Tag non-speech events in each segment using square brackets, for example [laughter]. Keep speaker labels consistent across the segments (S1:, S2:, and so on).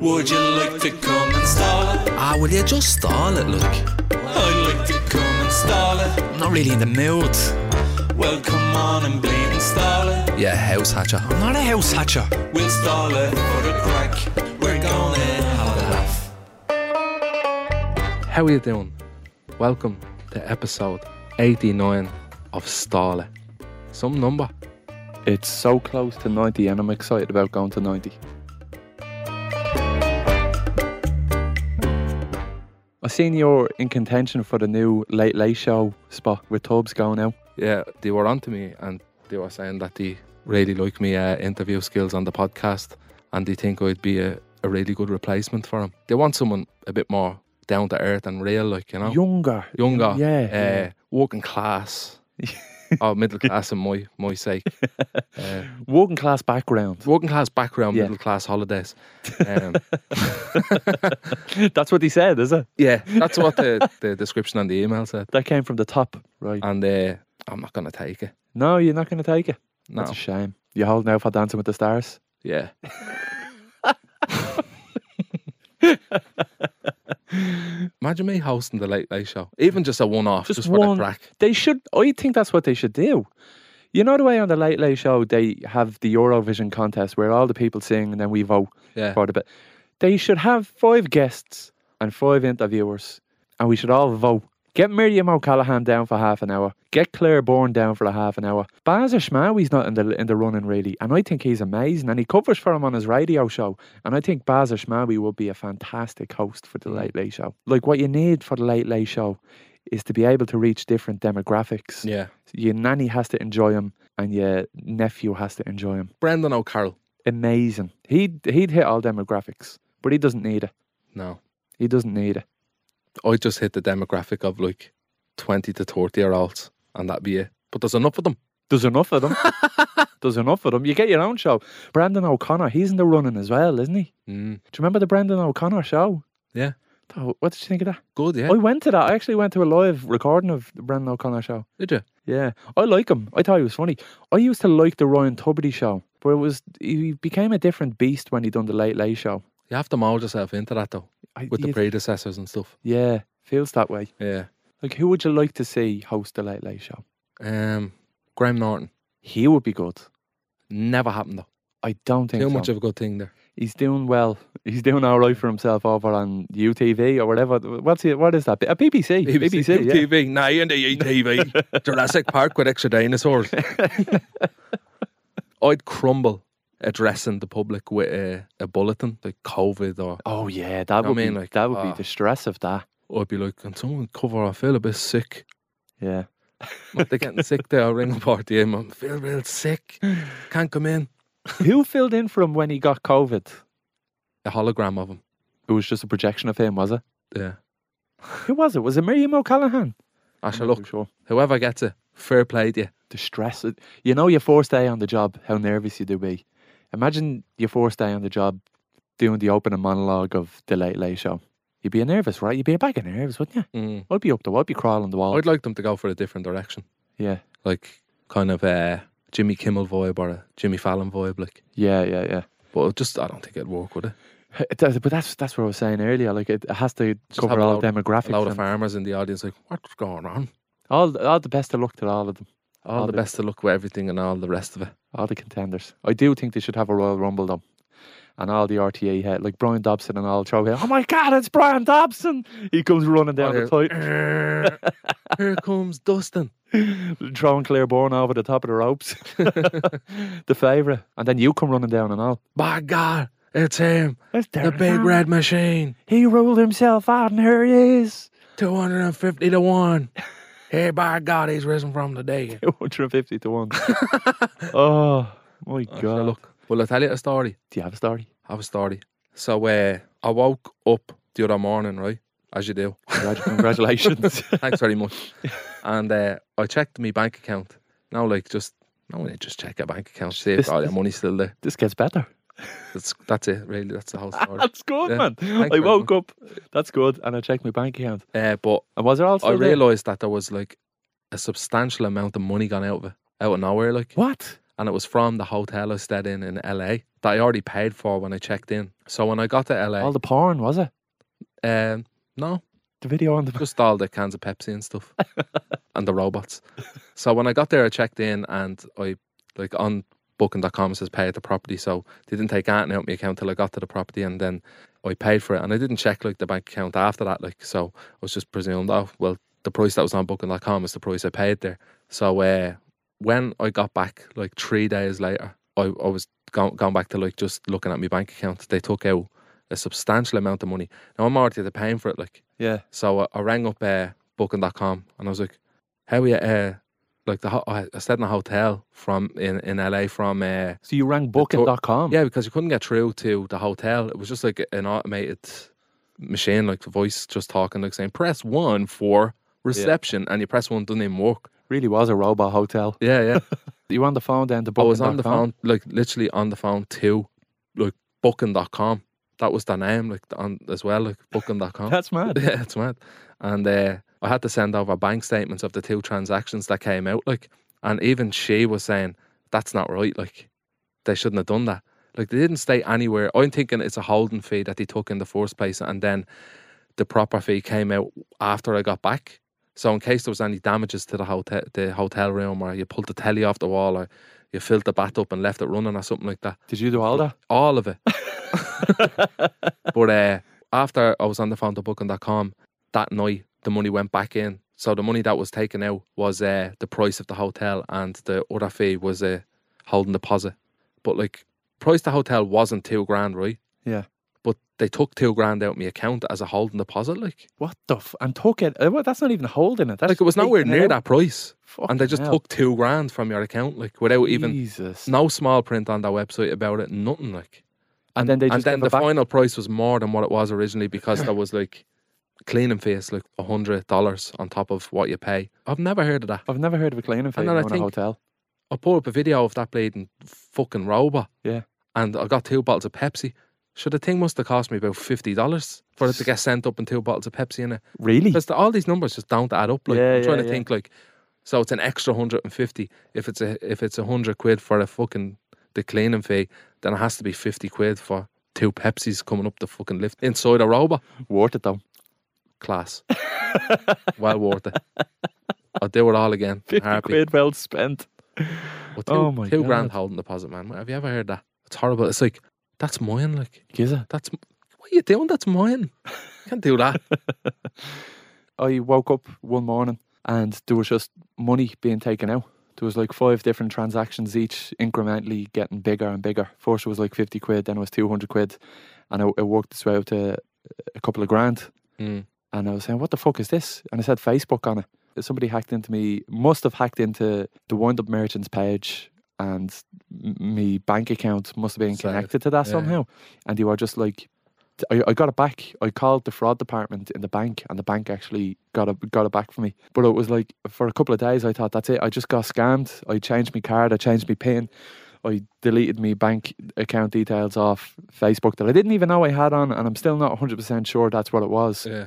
S1: Would you like to come and stall it?
S2: Ah, will you just stall it, look?
S1: I'd like to come and stall it.
S2: I'm not really in the mood.
S1: Well, come on and bleed and stall it.
S2: Yeah, house hatcher. I'm not a house hatcher.
S1: We'll stall it for the crack. We're gonna have a laugh.
S3: How are you doing? Welcome to episode 89 of Stala. Some number.
S4: It's so close to 90 and I'm excited about going to 90. I seen you're in contention for the new Late Late Show spot with Tubbs going out.
S3: Yeah, they were onto me and they were saying that they really like me uh, interview skills on the podcast and they think I'd be a, a really good replacement for him. They want someone a bit more down to earth and real, like, you know?
S4: Younger.
S3: Younger.
S4: Yeah,
S3: Uh,
S4: yeah.
S3: Working
S4: [laughs]
S3: class. or middle class in my, my sake. Uh,
S4: Working
S3: [laughs]
S4: class background.
S3: working class background,
S4: Yeah.
S3: middle class
S4: [laughs]
S3: holidays. Um,
S4: That's what he said, is it?
S3: yeah, that's what the, the description on the email said.
S4: That came from the top. Right.
S3: And uh, I'm not going to take it.
S4: No, you're not going to take it.
S3: No.
S4: That's a shame. You're holding out for Dancing with the Stars. [laughs]
S3: yeah. Imagine me hosting the Late Late Show, even just a one off, just,
S4: Just
S3: for
S4: one.
S3: the crack.
S4: They should. I think that's what they should do. You know the way on the Late Late Show they have the Eurovision contest where all the people sing and then we vote
S3: Yeah.
S4: for the bit. They should have five guests and five interviewers, and we should all vote. Get Miriam O'Callaghan down for half an hour. Get Claire Bourne down for a half an hour. Baz Ashmawi's not in the in the running really, and I think he's amazing. And he covers for him on his radio show, and I think Baz Ashmawi would be a fantastic host for the Late Late Show. Like what you need for the Late Late Show is to be able to reach different demographics.
S3: Yeah.
S4: Your nanny has to enjoy him, and your nephew has to enjoy him.
S3: Brendan O'Carroll.
S4: Amazing. He'd he'd hit all demographics, but he doesn't need it.
S3: No.
S4: He doesn't need it.
S3: I just hit the demographic of like 20 to 30 year olds, and that'd be it. But there's enough of them.
S4: There's enough
S3: [laughs]
S4: of them. There's enough of them. You get your own show. Brandon O'Connor, he's in the running as well, isn't he?
S3: Mm.
S4: Do you remember the Brandon O'Connor show?
S3: Yeah.
S4: Oh, what did you think of that?
S3: Good, yeah.
S4: I went to that. I actually went to a live recording of the Brandon O'Connor show.
S3: Did you?
S4: Yeah. I like him. I thought he was funny. I used to like the Ryan Tuberty show, but it was he became a different beast when he done the Late Late show.
S3: You have to mould yourself into that though,
S4: I,
S3: with the
S4: you-
S3: predecessors and stuff.
S4: yeah, feels that way.
S3: Yeah.
S4: Like, who would you like to see host the Late Late show?
S3: Um, Graham Norton.
S4: He would be good.
S3: Never happened though.
S4: I don't think
S3: Too
S4: so.
S3: much of a good thing there.
S4: [laughs] He's doing well. [laughs] He's doing all right for himself over on UTV or whatever. What's it? What is that? uh, A BBC. BBC. yeah.
S3: TV. Nah, you in
S4: [laughs]
S3: the ETV. Jurassic Park with extra dinosaurs. I'd crumble addressing the public with a, a bulletin like COVID, or
S4: Oh yeah, that
S3: know
S4: would
S3: what I mean?
S4: be
S3: Like,
S4: that would
S3: ah.
S4: be the stress of that.
S3: I'd be like, "Can someone cover? I feel a bit sick. [laughs]
S4: Yeah.
S3: Like, they're getting sick there. I'll ring up RTM. I feel real sick. Can't come in."
S4: Who filled in for him when he got COVID?
S3: A hologram of him.
S4: It was just a projection of him, was it?
S3: Yeah.
S4: Who was it? Was it Miriam O'Callaghan?
S3: I shall
S4: I'm not too
S3: look.
S4: Sure.
S3: Whoever gets it, fair play to you.
S4: The stress. it- You know, your first day on the job, how nervous you do be. Imagine your first day on the job, doing the opening monologue of the Late Late Show. You'd be nervous, right? You'd be a bag of nerves, wouldn't you?
S3: Mm.
S4: I'd be up there. I'd be crawling the wall.
S3: I'd like them to go for a different direction,
S4: yeah.
S3: like kind of a Jimmy Kimmel vibe or a Jimmy Fallon vibe, like.
S4: Yeah, yeah, yeah.
S3: But just, I don't think it'd work, would it?
S4: It does- But that's that's what I was saying earlier. Like it has to
S3: have
S4: cover
S3: a
S4: all
S3: load-
S4: demographics.
S3: A lot of
S4: and
S3: farmers in the audience, like, what's going on?
S4: all all the best of luck to all of them,
S3: All,
S4: All
S3: the
S4: the-
S3: best of luck with everything and all the rest of it.
S4: all the contenders. I do think they should have a Royal Rumble though, and all the RTA head like Brian Dobson and all throw here. Oh my God, it's Brian Dobson! He comes running down the
S3: Or,
S4: tight,
S3: [laughs] Here comes Dustin.
S4: [laughs] throwing Claire Bourne over the top of the ropes, [laughs] the favourite, and then you come running down and all.
S3: By God, it's him.
S4: That's
S3: The big red machine.
S4: He ruled himself out, and here he is.
S3: 250 to [laughs] 1. Hey, by God, he's risen from the dead.
S4: 150
S3: [laughs]
S4: to one. oh my
S3: I shall
S4: God!
S3: Look, well, I'll tell you a story.
S4: Do you have a story?
S3: I have a story. So uh, I woke up the other morning, right? As you
S4: [laughs]
S3: do.
S4: Congrat- Congratulations. [laughs]
S3: Thanks very much. and uh, I checked my bank account. Now, like, just now, when you just check a bank account, see if
S4: This-
S3: all
S4: [laughs]
S3: your money's still there.
S4: this gets better.
S3: That's that's it, really. That's the whole story.
S4: [laughs] That's good,
S3: Yeah.
S4: man.
S3: Thanks very
S4: I woke up. That's good. And I checked my bank account.
S3: uh, but
S4: And was there also
S3: I realised that there was like a substantial amount of money gone out of it, out of nowhere. Like,
S4: What?
S3: and it was from the hotel I stayed in in LA that I already paid for when I checked in. So when I got to LA,
S4: All the porn, was it?
S3: um, no,
S4: The video on the
S3: just all the cans of Pepsi and stuff, and the robots. So when I got there, I checked in and I like on Booking.com it says pay at the property, so they didn't take anything out of my account till I got to the property, and then I paid for it, and I didn't check like the bank account after that, like so I was just presumed oh well the price that was on Booking.com is the price I paid there. So uh, when I got back like three days later, I, I was gone, gone back to like just looking at my bank account. They took out a substantial amount of money. Now I'm already paying for it, like
S4: Yeah.
S3: so I, I rang up uh, booking.com and I was like, how are you? Uh, like the ho- I I stayed in a hotel from in, in LA from uh,
S4: So you rang booking.com.
S3: yeah because you couldn't get through to the hotel. It was just like an automated machine, like the voice just talking, like saying press one for reception, and you press one doesn't even work.
S4: Really was a robot hotel.
S3: Yeah, yeah.
S4: You were on the phone then to
S3: I
S4: booking.com.
S3: was on the phone, like literally on the phone to like booking.com. That was the name, like on as well, like booking.com.
S4: [laughs] That's mad.
S3: [laughs] Yeah, it's mad. And uh, I had to send over bank statements of the two transactions that came out. Like, and even she was saying that's not right. Like, they shouldn't have done that. Like, they didn't stay anywhere. I'm thinking it's a holding fee that they took in the first place, and then the proper fee came out after I got back. So in case there was any damages to the hotel, the hotel room, or you pulled the telly off the wall, or you filled the bathtub and left it running, or something like that
S4: Did you do all that?
S3: all of it. but uh, after I was on the phone to booking.com that night, the money went back in. So the money that was taken out was uh, the price of the hotel, and the other fee was a holding deposit. But like, price the hotel wasn't two grand, right?
S4: Yeah.
S3: But they took two grand out of my account as a holding deposit. Like,
S4: What the f? And took it. uh, well, That's not even holding it. That's
S3: like it was nowhere
S4: taking
S3: near
S4: out.
S3: that price,
S4: Fucking
S3: and they just
S4: hell.
S3: took two grand from your account, like without even
S4: Jesus.
S3: no small print on their website about it, nothing like.
S4: And then they
S3: and
S4: just
S3: then
S4: give
S3: the
S4: it back.
S3: final price was more than what it was originally because
S4: [coughs]
S3: there was like cleaning fees, like a hundred dollars on top of what you pay. I've never heard of that.
S4: I've never heard of a cleaning fee
S3: then
S4: in
S3: I
S4: a
S3: think-
S4: hotel.
S3: I pulled up a video of that bleeding fucking robot.
S4: Yeah.
S3: And I got two bottles of Pepsi. So the thing must have cost me about fifty dollars for it to get sent up and two bottles of Pepsi in it.
S4: Really?
S3: Because all these numbers just don't add up. Like
S4: Yeah,
S3: I'm trying
S4: yeah,
S3: to
S4: yeah.
S3: think like so it's an extra hundred and fifty. If it's a if it's a hundred quid for a fucking the cleaning fee, then it has to be fifty quid for two Pepsis coming up the fucking lift inside a robot.
S4: Worth it though.
S3: Class.
S4: [laughs]
S3: well worth it. I'll do it all again. in a
S4: 50
S3: heartbeat.
S4: quid well spent.
S3: But two,
S4: Oh my
S3: two grand
S4: God.
S3: holding deposit, man. Have you ever heard that? It's horrible. It's like, that's mine. Like,
S4: Is it?
S3: that's what are you doing? That's mine. You can't do
S4: [laughs]
S3: that.
S4: I woke up one morning and there was just money being taken out. There was like five different transactions each, incrementally getting bigger and bigger. First it was like 50 quid, then it was 200 quid. And it, it worked its way out to a couple of grand.
S3: Mm.
S4: And I was saying, what the fuck is this? And it said Facebook on it. Somebody hacked into me, must have hacked into the Wind Up Merchants page and m- me bank account must have been
S3: Sad.
S4: connected to that
S3: Yeah.
S4: somehow. And they were just like, I, I got it back. I called the fraud department in the bank, and the bank actually got it got it back for me. But it was like for a couple of days, I thought that's it. I just got scammed. I changed my card. I changed my PIN. I deleted my bank account details off Facebook that I didn't even know I had on, and I'm still not 100% sure that's what it was.
S3: Yeah.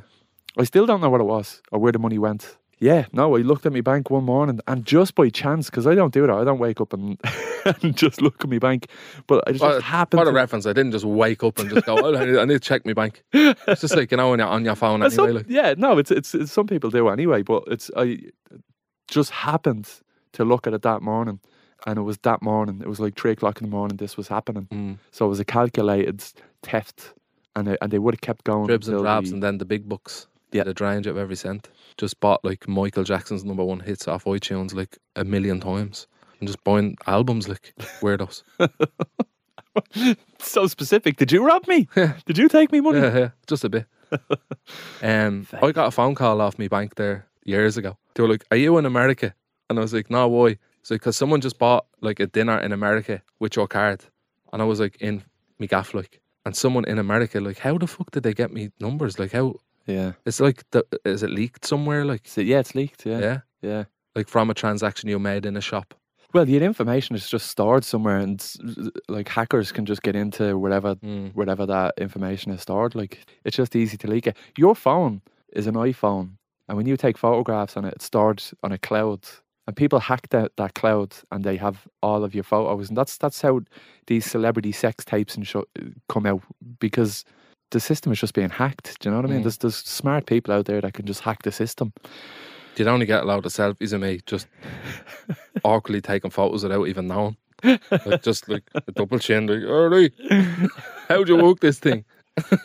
S4: I still don't know what it was or where the money went. Yeah, no, I looked at my bank one morning, and just by chance, because I don't do that, I don't wake up and, [laughs] and just look at my bank. But I just
S3: What,
S4: happened.
S3: what a
S4: to-
S3: reference. I didn't just wake up and just go, oh, I need- I need to check my
S4: [laughs]
S3: bank. It's just like, you know, when you're on your phone
S4: And some-
S3: anyway. Like,
S4: yeah, no, it's, it's it's some people do anyway, but it's I just happened to look at it that morning, and it was that morning. It was like three o'clock in the morning. This was happening,
S3: mm,
S4: so it was a calculated theft, and it, and they would have kept going.
S3: dribs and
S4: until
S3: drabs
S4: the- [laughs]
S3: and then the big bucks.
S4: Yeah.
S3: The drainage of every cent. Just bought like Michael Jackson's number one hits off iTunes like a million times. And just buying albums like weirdos.
S4: so specific. Did you
S3: [laughs]
S4: rob me? Did you take me money?
S3: Yeah, yeah, [laughs] just a bit. um, I got a phone call off my bank there years ago. They were like, "Are you in America?" And I was like, "No, why?" So because someone just bought like a dinner in America with your card, and I was like in me gaff like, and someone in America like, how the fuck did they get me numbers? Like how
S4: Yeah.
S3: it's like the, is it leaked somewhere? Like
S4: So yeah, it's leaked. Yeah.
S3: yeah.
S4: yeah,
S3: like from a transaction you made in a shop.
S4: Well, your information is just stored somewhere, and s- like hackers can just get into wherever
S3: Mm.
S4: wherever that information is stored. Like it's just easy to leak it. Your phone is an iPhone, and when you take photographs on it, it's stored on a cloud, and people hack that, that cloud and they have all of your photos and that's that's how these celebrity sex tapes and show, come out because the system is just being hacked do you know what i mean
S3: Mm.
S4: there's, there's smart people out there that can just hack the system
S3: You'd only get allowed to selfies of me
S4: [laughs]
S3: just awkwardly taking photos without even knowing. Like just like a double chin, like, Ernie, how'd you work this thing? [laughs]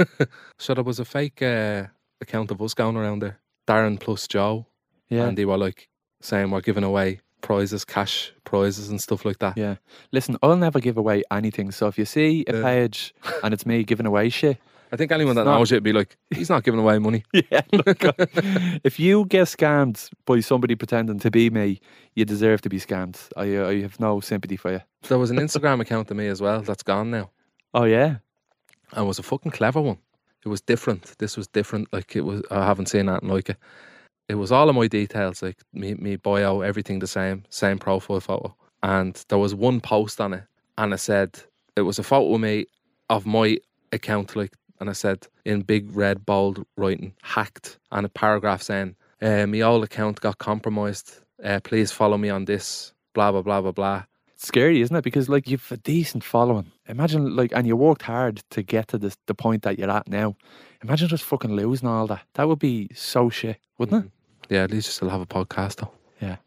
S3: so there was a fake uh, account of us going around there. Darren plus Joe.
S4: yeah
S3: And they were like saying we're giving away prizes, cash prizes and stuff like that.
S4: Yeah. listen i'll never give away anything so if you see a
S3: Yeah.
S4: page and it's me giving away shit
S3: I think anyone that
S4: It's not-
S3: knows it would be like, he's not giving away money.
S4: [laughs] yeah look, uh, [laughs] if you get scammed by somebody pretending to be me you deserve to be scammed i, uh, I have no sympathy for you
S3: There was an Instagram account of me as well that's gone now.
S4: oh yeah
S3: and it was a fucking clever one. It was different. This was different. Like it was, I haven't seen that like it. It was all of my details, like me, me bio, everything the same, same profile photo. And there was one post on it, and I said it was a photo of me of my account, like, and I said in big red bold writing, hacked, and a paragraph saying, uh, "My old account got compromised. Uh, please follow me on this." Blah blah blah blah blah.
S4: scary, isn't it? Because like you've a decent following. Imagine like, and you worked hard to get to this the point that you're at now. Imagine just fucking losing all that. That would be so shit, wouldn't
S3: Mm. Yeah, at least you still have a podcast though.
S4: it?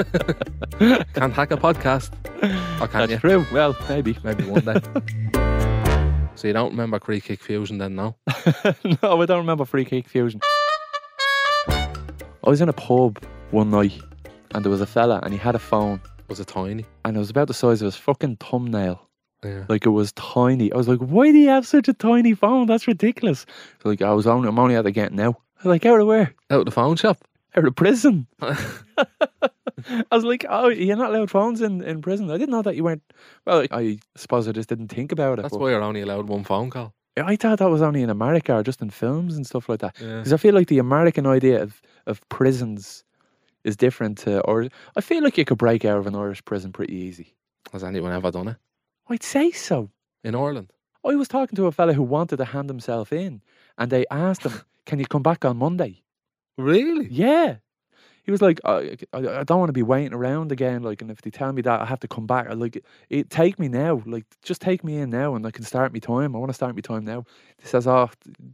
S3: [laughs] Can't hack a podcast, or
S4: Yeah,
S3: can you?
S4: true. Well, maybe.
S3: Maybe one day. [laughs] so you don't remember Cree Kick Fusion then, no?
S4: [laughs] no, I don't remember Free Kick Fusion. I was in a pub one night, and there was a fella, and he had a phone,
S3: Was it tiny?
S4: and it was about the size of his fucking thumbnail.
S3: Yeah.
S4: Like it was tiny. I was like, why do you have such a tiny phone? That's ridiculous. Like I was only, I'm only out of getting now. Like out of where?
S3: Out the phone shop.
S4: out of prison. [laughs] I was like, oh, you're not allowed phones in, in prison. I didn't know that you weren't. Well, I suppose I just didn't think about it.
S3: That's
S4: but
S3: why you're only allowed one phone call.
S4: I thought that was only in America or just in films and stuff like that.
S3: Yeah.
S4: Because I feel like the American idea of, of prisons is different to, or I feel like you could break out of an Irish prison pretty easy.
S3: Has anyone ever done it?
S4: I'd say so.
S3: In Ireland?
S4: I was talking to a fella who wanted to hand himself in, and they asked him, "Can you come back on Monday?"
S3: Really?
S4: Yeah. He was like, I, I, I don't want to be waiting around again. Like, and if they tell me that I have to come back, I like, it, take me now. Like, just take me in now, and I can start my time. I want to start my time now. He says, oh,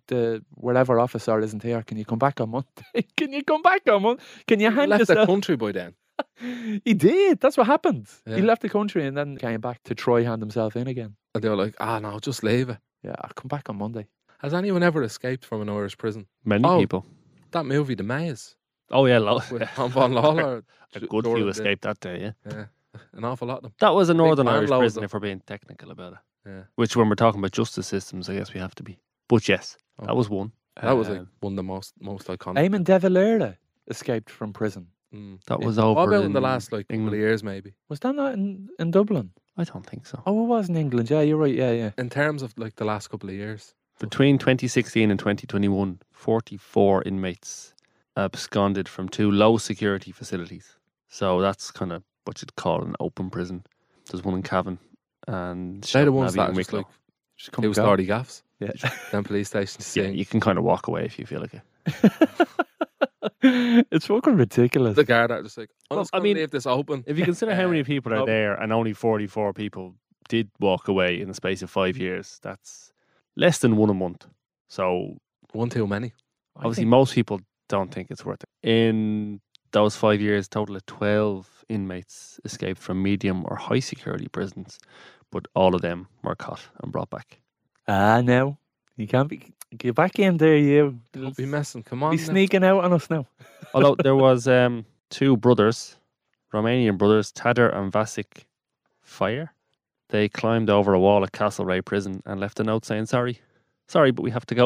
S4: the whatever officer isn't here. Can you come back on Monday? [laughs] can you come back on Monday? Can you hand
S3: Left the
S4: yourself?
S3: country by then.
S4: [laughs] he did. That's what happened.
S3: Yeah.
S4: He left the country and then came back to try hand himself in again.
S3: And they were like, ah, no, just leave it.
S4: Yeah, I'll come back on Monday.
S3: Has anyone ever escaped from an Irish prison?
S5: Many
S3: Oh.
S5: people.
S3: That movie, The Maze,
S5: Oh
S3: [laughs]
S5: yeah, lo- [laughs]
S3: with Tom Von Lawler.
S5: a
S3: J-
S5: good
S3: Dora
S5: few
S3: did
S5: escaped that day. Yeah,
S3: An awful lot of them.
S5: that was a Northern
S3: man
S5: Irish
S3: loads
S5: prison.
S3: of-
S5: If we're being technical about it,
S3: Yeah.
S5: which when we're talking about justice systems, I guess we have to be. But yes,
S3: Oh.
S5: that was one.
S3: That was like
S5: Um,
S3: one of the most most iconic.
S4: Eamon De Valera escaped from prison.
S3: Mm.
S5: that
S3: Yeah.
S5: was
S3: What
S5: over
S3: about in the
S5: in
S3: last like couple of
S5: England.
S3: years, maybe?
S4: Was that not in, in Dublin?
S5: I don't think so.
S4: Oh, it was in England. Yeah, you're right. Yeah, yeah.
S3: In terms of like the last couple of years,
S5: Between 2016 and 2021, 44 inmates absconded from two low security facilities. So that's kind of what you'd call an open prison. There's one in Cavan and
S3: they're the
S5: Shelton
S3: ones
S5: Abbey
S3: that
S5: in
S3: are just
S5: Wicklow.
S3: like
S4: Just come
S3: it was
S4: and go.
S3: Lordy Gaffs. [laughs]
S4: Yeah.
S3: Then police station
S5: yeah,
S3: saying
S5: you can kind of walk away if you feel like it.
S4: [laughs] it's fucking
S3: [laughs]
S4: ridiculous.
S3: the guard are just like, "Oh, I'm
S5: Well,
S3: just
S5: I
S3: gonna
S5: mean-
S3: leave this open.
S5: If you consider how
S3: [laughs]
S5: many
S3: Uh,
S5: people
S3: oh.
S5: are there and only 44 people did walk away in the space of
S4: Mm-hmm.
S5: five years, that's less than one a month. So
S3: One too
S5: [laughs]
S3: many.
S4: I
S5: obviously,
S4: think-
S5: most people don't think it's worth it. In those five years, total of 12 inmates escaped from medium or high security prisons, but all of them were caught and brought back.
S4: ah no, you can't be get back in there. You
S3: Don't be
S4: Let's
S3: messing. Come on.
S4: be
S3: now.
S4: sneaking out on us now.
S5: Although there was um, two brothers, Romanian brothers, Tadar and Vasic, fire. They climbed over a wall at Castlereagh Prison and left a note saying, sorry, sorry, but we have to go.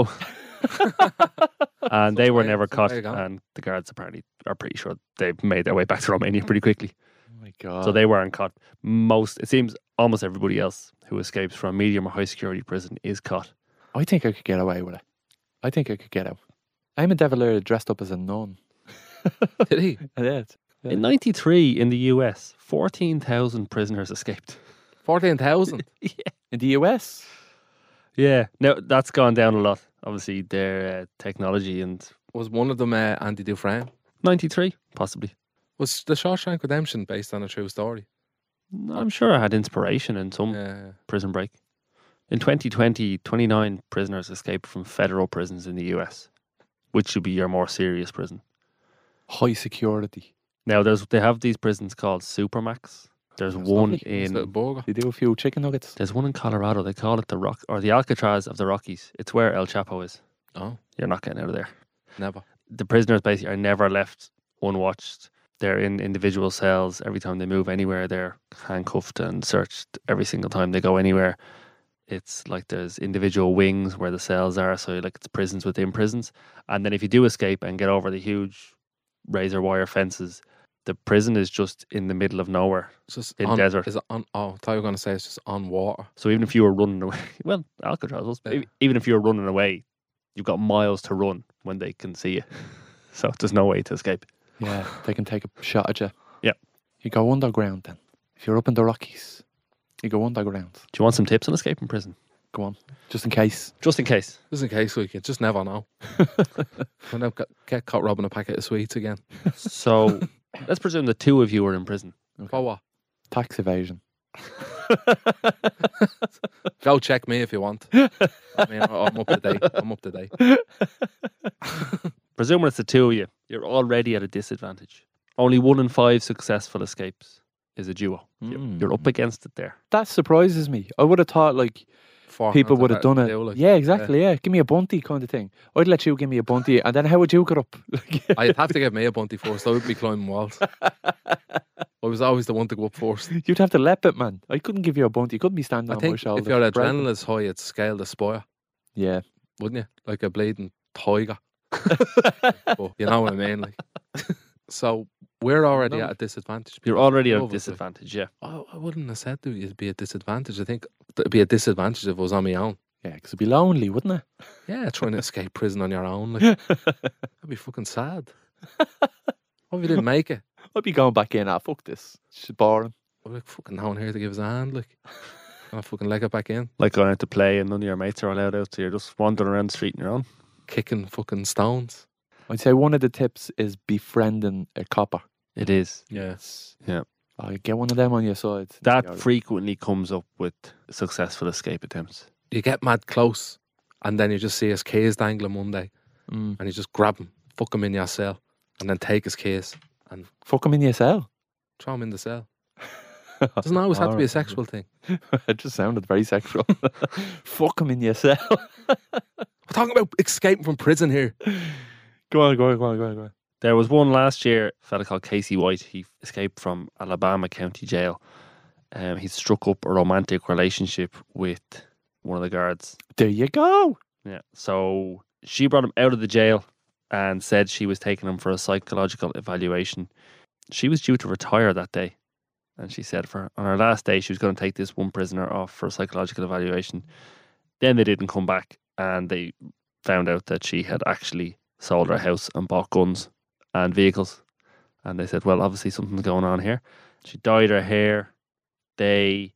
S3: Such
S5: and they were
S3: way-
S5: never
S3: such
S5: caught.
S3: way to go.
S5: And the guards apparently are pretty sure they made their way back to Romania pretty quickly.
S4: Oh my god.
S5: So they weren't caught. Most, it seems almost everybody else who escapes from medium or high security prison is caught.
S4: I think I could get away with it. I think I could get out. I'm a Devalier dressed up as a nun.
S3: Did
S5: [laughs]
S3: he?
S4: yeah. Yeah.
S5: In 93 in the US, 14,000 prisoners escaped.
S3: Fourteen thousand.
S4: In the US.
S5: Yeah. Now that's gone down a lot. Obviously, their uh, technology and
S3: Was one of them uh, Andy Dufresne?
S5: 93, possibly.
S3: Was the Shawshank Redemption based on a true story? Uh,
S5: I'm sure I had inspiration in some
S3: Yeah.
S5: prison break. In 2020, 29 prisoners escaped from federal prisons in the US, which should be your more serious prison.
S4: High security.
S5: Now, there's they have these prisons called Supermax. There's one
S4: lovely.
S3: It's a little
S5: in
S3: burger.
S4: They do a few chicken nuggets.
S5: there's one in Colorado. They call it the Rock or the Alcatraz of the Rockies. It's where El Chapo is.
S3: Oh,
S5: You're not getting out of there.
S3: never.
S5: the prisoners basically are never left unwatched. They're in individual cells. Every time they move anywhere, they're handcuffed and searched every single time they go anywhere. It's like there's individual wings where the cells are. So, like, it's prisons within prisons. And then if you do escape and get over the huge razor wire fences, the prison is just in the middle of nowhere.
S3: It's just
S5: In
S3: on,
S5: desert.
S3: Is it on, oh, I thought you were going to say it's just on water.
S5: So, even if you were running away, [laughs] well, Alcatraz, was,
S3: Yeah.
S5: even if you're running away, you've got miles to run when they can see you. [laughs] So, there's no way to escape.
S4: Yeah, they can take a shot at you.
S5: Yeah.
S4: You go underground then. If you're up in the Rockies, you go underground.
S5: Do you want some tips on escaping prison?
S4: Go on, just in case.
S5: Just in case.
S3: Just in case we could just never know. when I got, get caught robbing a packet of sweets again.
S5: So [laughs] let's presume the two of you were in [laughs] prison.
S3: For what?
S4: Tax evasion.
S3: Go check me if you want. I mean, I- I'm up to date. I'm up to date.
S5: Presume it's the two of you. You're already at a disadvantage. Only one in five successful escapes is a duo. You're- You're up against it there.
S4: That surprises me. I would have thought like
S3: Four
S4: people
S3: hands
S4: would
S3: are
S4: have
S3: better
S4: done it.
S3: than two, like.
S4: yeah, exactly. Yeah. give me a bunty kind of thing. I'd let you give me a bunty, and then how would you get up? [laughs] Like,
S3: I'd have to give me a bunty first. I would be climbing walls. I was always the one to go up first.
S4: you'd have to lep it, man. I couldn't give you a bunty. You couldn't be standing
S3: I
S4: on my
S3: think
S4: shoulder.
S3: if your adrenaline is high, it'd scale the spire,
S4: yeah,
S3: wouldn't you? Like a bleeding tiger. but you know what I mean? Like, so we're already
S5: No.
S3: at a disadvantage.
S5: You're already at a
S3: Obviously.
S5: disadvantage, yeah.
S3: Oh, I, I wouldn't have said that it'd be a disadvantage. I think it'd be a disadvantage if I was on my own.
S4: yeah, because it'd be lonely, wouldn't it?
S3: Yeah, trying to escape prison on your own. [laughs] Like, that'd be fucking sad. What if you didn't make it?
S4: I'd be going back in. Ah, fuck this. It's just boring.
S3: I'm like, fucking no one here to give us a hand. Like, and I fucking leg it back in,
S5: Like going out to play and none of your mates are allowed out, so you're just wandering around the street on your own.
S3: kicking fucking stones.
S4: I'd say one of the tips is befriending a copper.
S5: It is.
S3: Yeah.
S5: Yeah.
S4: I get one of them on your side.
S5: That
S4: You're-
S5: frequently comes up with successful escape attempts.
S3: You get mad close, and then you just see his keys dangling one day,
S4: Mm.
S3: and you just grab him, fuck him in your cell, and then take his keys,
S4: fuck them in your cell. [laughs]
S3: throw him in the [laughs] cell. Doesn't always have to be a
S4: Alright.
S3: sexual thing.
S4: it just sounded very sexual. [laughs] Fuck them in your cell. [laughs]
S3: We're talking about escaping from prison here.
S4: go on, go on, go on, go on, go on.
S5: There was one last year, a fella called Casey White. He escaped from Alabama County Jail. Um, he struck up a romantic relationship with one of the guards.
S4: There you go.
S5: Yeah. So she brought him out of the jail and said she was taking him for a psychological evaluation. She was due to retire that day. And she said for on her last day she was going to take this one prisoner off for a psychological evaluation. Then they didn't come back and they found out that she had actually sold her house and bought guns and vehicles. And they said, Well, obviously something's going on here. She dyed her hair. They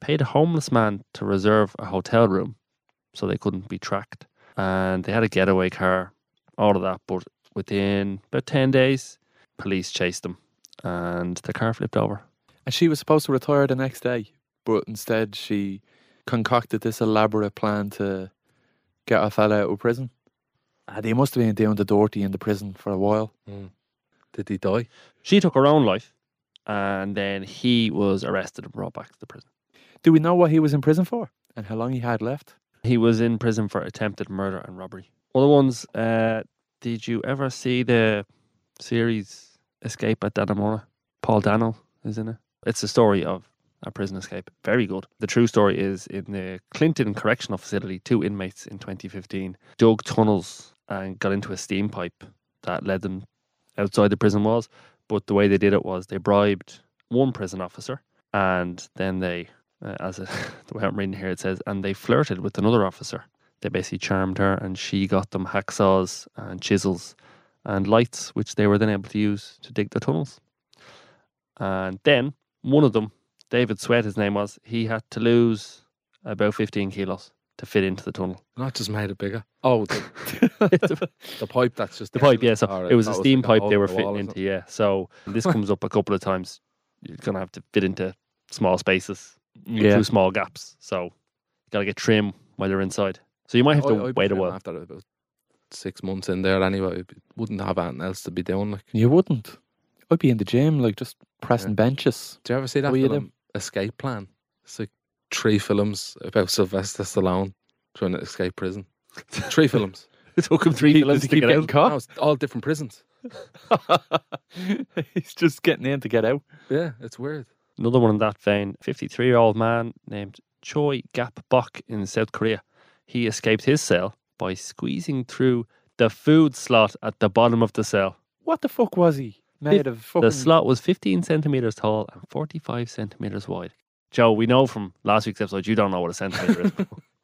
S5: paid a homeless man to reserve a hotel room so they couldn't be tracked. And they had a getaway car, all of that. But within about 10 days, police chased them and the car flipped over.
S4: And she was supposed to retire the next day, but instead she concocted this elaborate plan to get a fella out of prison. Ah, they must have been doing the dirty in the prison for a while.
S3: Did he die?
S5: She took her own life and then he was arrested and brought back to the prison.
S4: Do we know what he was in prison for and how long he had left?
S5: He was in prison for attempted murder and robbery. Other ones, uh, did you ever see the series Escape at Dannemora? Paul Dano is in it. It's the story of a prison escape. Very good. The true story is in the Clinton Correctional Facility, two inmates in 2015 dug tunnels and got into a steam pipe that led them outside the prison walls. But the way they did it was they bribed one prison officer and then they, uh, as it, [laughs] the way I'm reading here, it says, and they flirted with another officer. They basically charmed her and she got them hacksaws and chisels and lights, which they were then able to use to dig the tunnels. And then one of them, David Sweat, his name was, he had to lose about 15 kilos to fit into the tunnel. [laughs]
S3: Not just made it bigger. Oh, the, the pipe that's just
S5: the
S3: there.
S5: pipe, yeah. So
S3: Or
S5: it was a
S3: that
S5: steam
S3: like a
S5: pipe
S3: hole
S5: they
S3: in
S5: were
S3: the
S5: fitting
S3: wall or
S5: into, yeah. So this comes up a couple of times. You're gonna have to fit into small spaces,
S4: Yeah.
S5: through small gaps. So you gotta get trim while you're inside. So you might have
S3: something.
S5: to
S3: I- I'd be
S5: wait a
S3: fine
S5: while.
S3: After about six months in there, anyway, It wouldn't have anything else to be doing. Like,
S4: You wouldn't. I'd be in the gym, like just pressing [laughs] benches.
S3: do you ever see that
S4: What you do?
S3: film Escape Plan? It's like three films about Sylvester Stallone trying to escape prison. Three
S5: [laughs]
S3: films.
S5: It took him three
S4: He-
S5: minutes
S4: does he
S5: to
S4: keep
S5: get
S4: getting
S5: out.
S3: No,
S4: caught?
S3: it's all different prisons.
S4: [laughs] He's just getting in to get out.
S3: Yeah, it's weird.
S5: Another one in that vein, 53 year old man named Choi Gap Bok in South Korea. He escaped his cell by squeezing through the food slot at the bottom of the cell.
S4: What the fuck was he? Made of fucking
S5: The slot was 15 centimeters tall and 45 centimeters wide. Joe, we know from last week's episode you don't know what a centimeter is.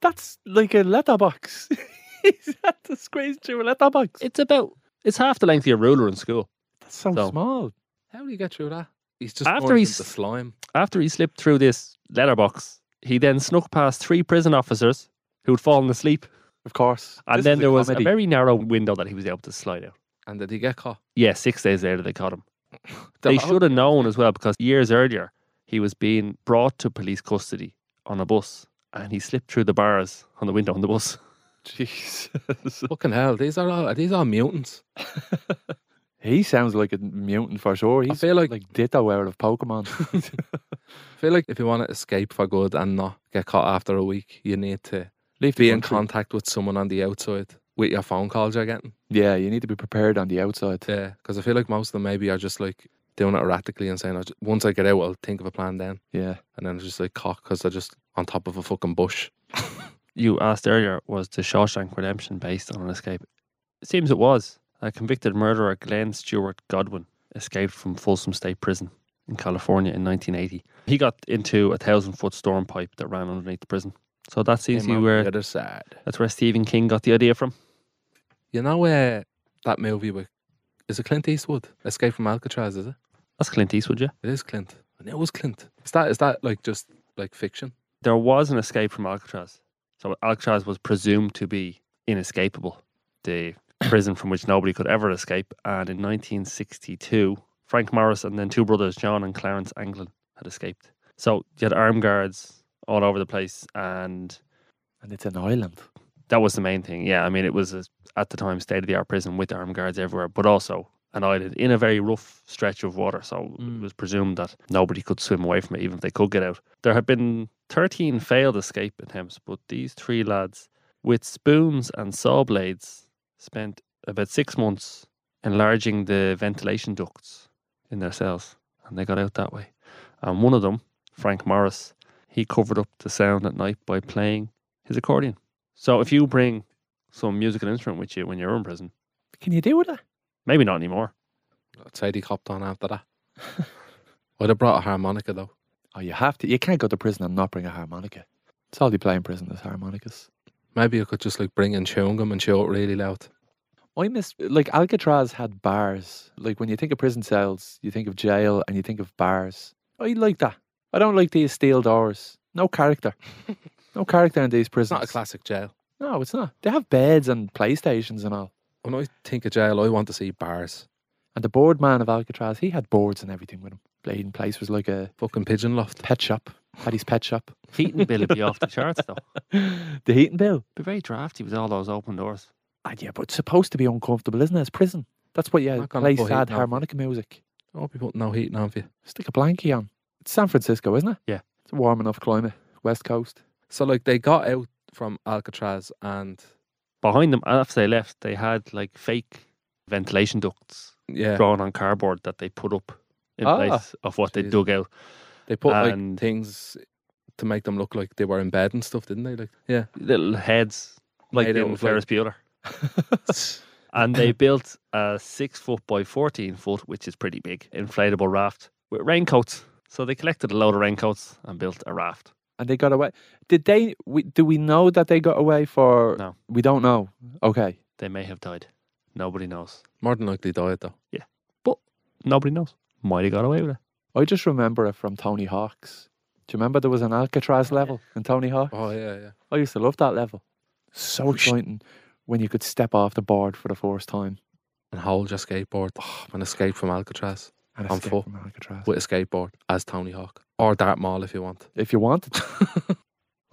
S4: That's like a letterbox. [laughs] He's had to squeeze through a letterbox.
S5: [laughs] It's about it's half the length of your ruler in school.
S4: That's so,
S5: so-
S4: small.
S3: How do you get through that? He's just
S5: After
S3: after
S5: he's-
S3: he's the slime.
S5: After he slipped through this letterbox, he then snuck past three prison officers who'd fallen asleep,
S4: Of course.
S5: and
S4: This is
S5: then
S4: a
S5: there was
S4: comedy.
S5: a very narrow window that he was able to slide out.
S3: And did he get caught?
S5: Yeah, six days later they caught him.
S3: The-
S5: They should have known as well because years earlier he was being brought to police custody on a bus and he slipped through the bars on the window on the bus.
S4: [laughs] Jesus.
S3: Fucking hell, these are all are these all mutants.
S4: He sounds like a mutant for sure. He's
S3: feel like-
S4: Ditto out of Pokemon. [laughs]
S3: I feel like if you want to escape for good and not get caught after a week, you need to
S4: Leave the
S3: be in
S4: country.
S3: contact with someone on the outside with your phone calls you're getting.
S4: Yeah, you need to be prepared on the outside.
S3: Yeah, because I feel like most of them maybe are just like doing it erratically and saying, I ju- once I get out, I'll think of a plan then.
S4: Yeah.
S3: And then it's just like cock because they're just on top of a fucking bush.
S5: You asked earlier, was the Shawshank Redemption based on an escape? It seems it was. A convicted murderer, Glenn Stewart Godwin, escaped from Folsom State Prison in California in 1980. He got into a thousand foot storm pipe that ran underneath the prison. So that seems to
S3: Came
S5: be
S3: out
S5: where
S3: the other side.
S5: that's where Stephen King got the idea from.
S3: You know uh, that movie with, is it Clint Eastwood? Escape from Alcatraz, is it?
S5: That's Clint Eastwood, yeah.
S3: It is Clint. I knew it was Clint. Is that, is that like just like fiction?
S5: there was an escape from Alcatraz. So Alcatraz was presumed to be inescapable, the prison from which nobody could ever escape. And in 1962, Frank Morris and then two brothers, John and Clarence Anglin, had escaped. So you had armed guards all over the place, and
S4: And it's an island.
S5: that was the main thing. Yeah, I mean, it was a, at the time state of the art prison with armed guards everywhere, but also an island in a very rough stretch of water. So it was presumed that nobody could swim away from it, even if they could get out. There had been 13 failed escape attempts, but these three lads with spoons and saw blades spent about six months enlarging the ventilation ducts in their cells, and they got out that way. And one of them, Frank Morris, he covered up the sound at night by playing his accordion. So if you bring some musical instrument with you when you're in prison,
S4: Can you do that?
S5: maybe not anymore.
S3: I'd say he copped on after [laughs] that. I'd have brought a harmonica though.
S4: Oh, you have to. You can't go to prison and not bring a harmonica. It's all you play in prison is harmonicas.
S3: Maybe you could just like bring in chewing gum and chew it really loud.
S4: I miss like Alcatraz had bars. Like when you think of prison cells, you think of jail and you think of bars. I like that. I don't like these steel doors. No [laughs] character. no character in these prisons.
S3: It's not a classic jail.
S4: No, it's not. They have beds and playstations and all.
S3: When I think of jail, I want to see bars.
S4: And the board man of Alcatraz, he had boards and everything with him. Bladen Place was like a
S3: Fucking pigeon loft.
S4: pet shop. Had his pet shop. [laughs]
S5: Heaton Bill would be [laughs] off the charts though.
S4: the heating bill.
S5: Be very drafty with all those open doors.
S4: Ah, yeah, but it's supposed to be uncomfortable, isn't it? It's prison. That's what you
S3: Not gonna
S4: play
S3: put
S4: sad
S3: heating on.
S4: harmonica music.
S3: I hope you put no heating on for you.
S4: Stick a blankie on. It's San Francisco, isn't it?
S5: Yeah.
S4: It's a warm enough climate. West Coast.
S3: So like they got out from Alcatraz and
S5: Behind them, after they left, they had like fake ventilation ducts
S3: yeah,
S5: drawn on cardboard that they put up in
S4: Ah.
S5: place of what they
S3: Jeez.
S5: dug out.
S3: they put
S5: and-
S3: like things to make them look like they were in bed and stuff, didn't they? Like yeah,
S5: Little heads like
S3: Made out
S5: little
S3: of, like-
S5: Ferris Bueller. and [coughs] they built a six foot by 14 foot, which is pretty big, inflatable raft with raincoats. So they collected a load of raincoats and built a raft.
S4: And they got away. Did they? We, do we know that they got away for?
S5: No.
S4: We don't know. Okay.
S5: They may have died. Nobody knows.
S3: more than likely died though.
S5: Nobody knows. Might have got away with it.
S4: I just remember it from Tony Hawk's. Do you remember there was an Alcatraz level in Tony Hawk?
S3: Oh yeah, yeah.
S4: I used to love that level. So exciting when you could step off the board for the first time
S3: And hold your skateboard. Oh, an escape from Alcatraz
S4: and
S3: On
S4: escape
S3: foot.
S4: from Alcatraz.
S3: with a skateboard as Tony Hawk or Dart Mall if you want.
S4: If you wanted,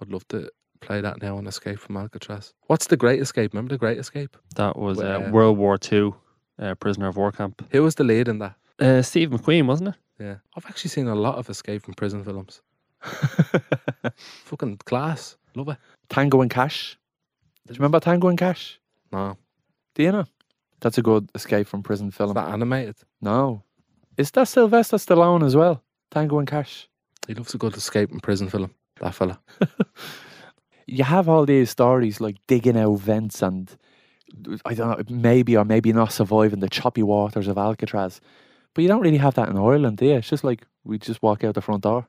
S3: I'd love to play that now on Escape from Alcatraz. What's the Great Escape? Remember the Great Escape?
S5: That was uh,
S3: Well-
S5: World War Two, uh, prisoner of war camp.
S3: Who was the lead in that?
S5: Uh, Steve McQueen, wasn't it?
S3: Yeah, I've actually seen a lot of Escape from Prison films. Fucking class, love it.
S4: Tango and Cash. Do you remember Tango and Cash?
S3: No,
S4: Do you know? That's a good escape from prison
S3: is
S4: film.
S3: that animated?
S4: No. Is that Sylvester Stallone as well? Tango and Cash.
S3: He loves a good Escape from Prison film. That fella.
S4: You have all these stories like digging out vents and I don't know, maybe or maybe not surviving the choppy waters of Alcatraz. But you don't really have that in Ireland, do you? It's just like we just walk out the front door.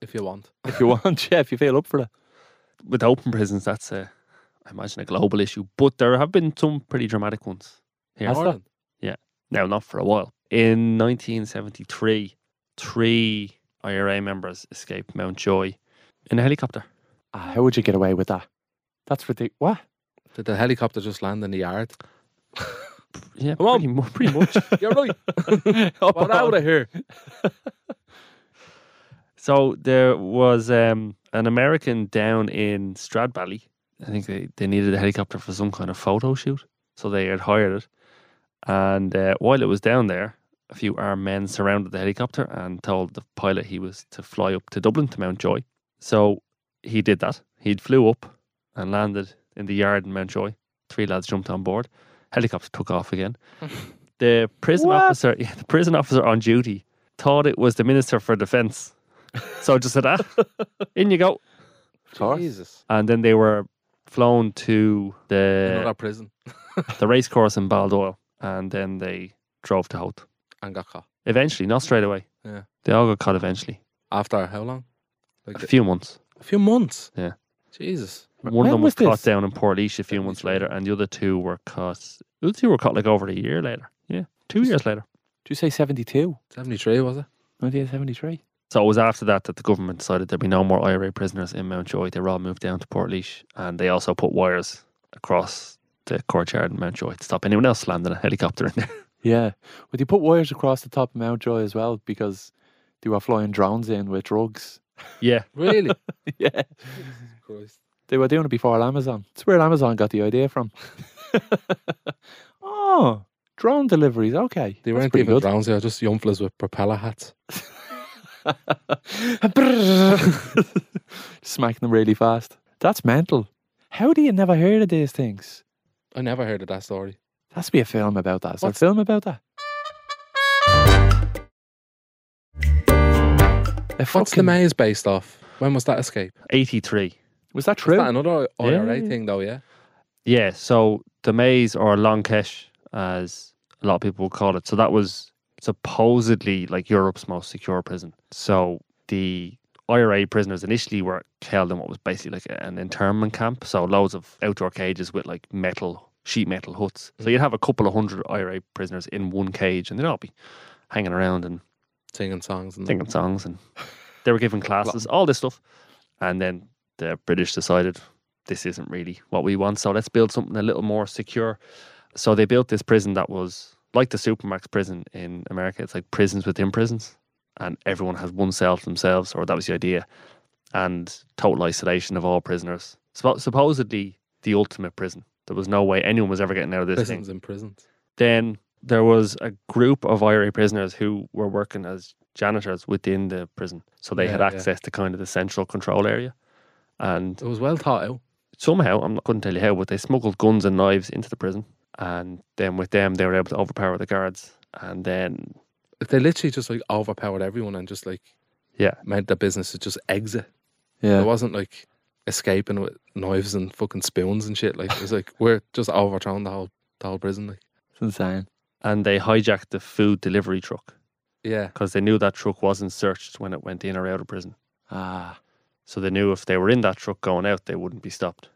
S3: If you want,
S4: If you [laughs] want, yeah, if you feel up for it.
S5: With open prisons, that's a, I imagine a global issue. But there have been some pretty dramatic ones here.
S4: Has there?
S3: Ireland.
S5: Now, not for a while. In 1973, three IRA members escaped Mountjoy in a helicopter.
S4: Ah, how would you get away with that? That's ridiculous. What?
S3: Did the helicopter just land in the yard?
S5: Yeah,
S3: Come on.
S5: pretty, mu- pretty much.
S3: You're
S4: [laughs]
S3: right. Get out of here.
S5: [laughs] So there was um, an American down in Stradbally. I think they, they needed a helicopter for some kind of photo shoot. So they had hired it. And uh, while it was down there, a few armed men surrounded the helicopter and told the pilot he was to fly up to Dublin to Mountjoy. So he did that. He flew up and landed in the yard in Mountjoy. Three lads jumped on board. Helicopter took
S3: [laughs]
S5: off again. the prison
S4: What?
S5: officer, yeah, the prison officer on duty, thought it was the minister for defence. So I just
S3: [laughs]
S5: said, ah, in you go.
S3: Jesus,
S5: And then they were flown to
S3: another
S5: the
S3: prison
S5: the race course in Baldoyle. And then they drove to Holt.
S3: and got caught
S5: Eventually, not straight away.
S3: Yeah.
S5: They all got caught eventually.
S3: after how long? Like
S5: A few months.
S3: a few months.
S5: Yeah.
S3: Jesus.
S5: One of them
S4: when was
S5: was, caught
S4: this?
S5: down in Port a few months later, and the other two were caught. The other two were caught like over a year later. Yeah, two years later.
S4: Do you say 72?
S3: 73 was it?
S4: 1973?
S5: So it was after that that the government decided there'd be no more IRA prisoners in Mountjoy. They were all moved down to Port and they also put wires across the courtyard in Mountjoy to stop anyone else landing a helicopter in there.
S4: Yeah. Well, they put wires across the top of Mountjoy as well because they were flying drones in with drugs.
S5: [laughs] yeah,
S3: Really?
S4: yeah.
S3: Christ.
S4: They were doing it before Amazon. It's where Amazon got the idea from. oh, drone deliveries. Okay.
S3: They
S4: That's
S3: weren't
S4: pretty
S3: even
S4: good. [laughs]
S3: drowns there, just young fellas with propeller hats.
S4: Smacking them really fast. That's mental. How do you never hear of these things?
S3: I never heard of that story.
S4: There has to be a film about that. Is there a
S3: What's-
S4: film about that? A
S3: What's the
S4: fucking-
S3: maze based off? When was that escape?
S5: eighty three.
S4: Was that
S3: Is
S4: true?
S3: that another IRA
S5: Yeah.
S3: thing though, yeah?
S5: Yeah, so the maze or Longkesh, as a lot of people would call it. So that was supposedly like Europe's most secure prison. So the IRA prisoners initially were held in what was basically like an internment camp. So loads of outdoor cages with like metal, sheet metal huts. So you'd have a couple of hundred IRA prisoners in one cage and they'd all be hanging around and
S3: Singing songs and
S5: singing songs and they were given classes, all this stuff. And then the British decided this isn't really what we want, so let's build something a little more secure. So they built this prison that was like the Supermax prison in America. It's like prisons within prisons, and everyone has one cell to themselves, or that was the idea, and total isolation of all prisoners. Suppo- supposedly the ultimate prison. There was no way anyone was ever getting out of this thing
S3: prisons in prisons.
S5: then there was a group of IRA prisoners who were working as janitors within the prison. So they had
S3: Yeah, yeah.
S5: access to kind of the central control area. And
S3: It was well thought out.
S5: somehow, I'm not going to tell you how, but they smuggled guns and knives into the prison. And then with them, they were able to overpower the guards. And then,
S3: They literally just like overpowered everyone and just like
S5: yeah,
S3: made their business to just exit. It
S4: yeah.
S3: wasn't like escaping with knives and fucking spoons and shit. Like it was like we're just overthrowing the whole the whole prison. Like
S4: It's insane.
S5: and they hijacked the food delivery truck [laughs]
S3: yeah.
S5: because they knew that truck wasn't searched when it went in or out of prison.
S4: Ah,
S5: So they knew if they were in that truck going out, they wouldn't be stopped.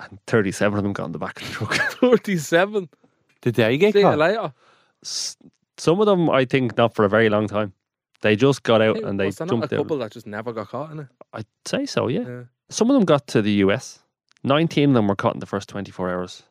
S5: And 37 of them got in the back of the truck.
S3: Thirty seven.
S4: did they get
S3: See you
S4: caught?
S3: later.
S5: s- some of them I think not for a very long time. They just got out
S3: Hey,
S5: and they
S3: was there not
S5: jumped
S3: a
S5: out.
S3: couple that just never got caught in it.
S5: I'd say so, yeah.
S3: Yeah.
S5: Some of them got to the US. 19 of them were caught in the first 24 hours.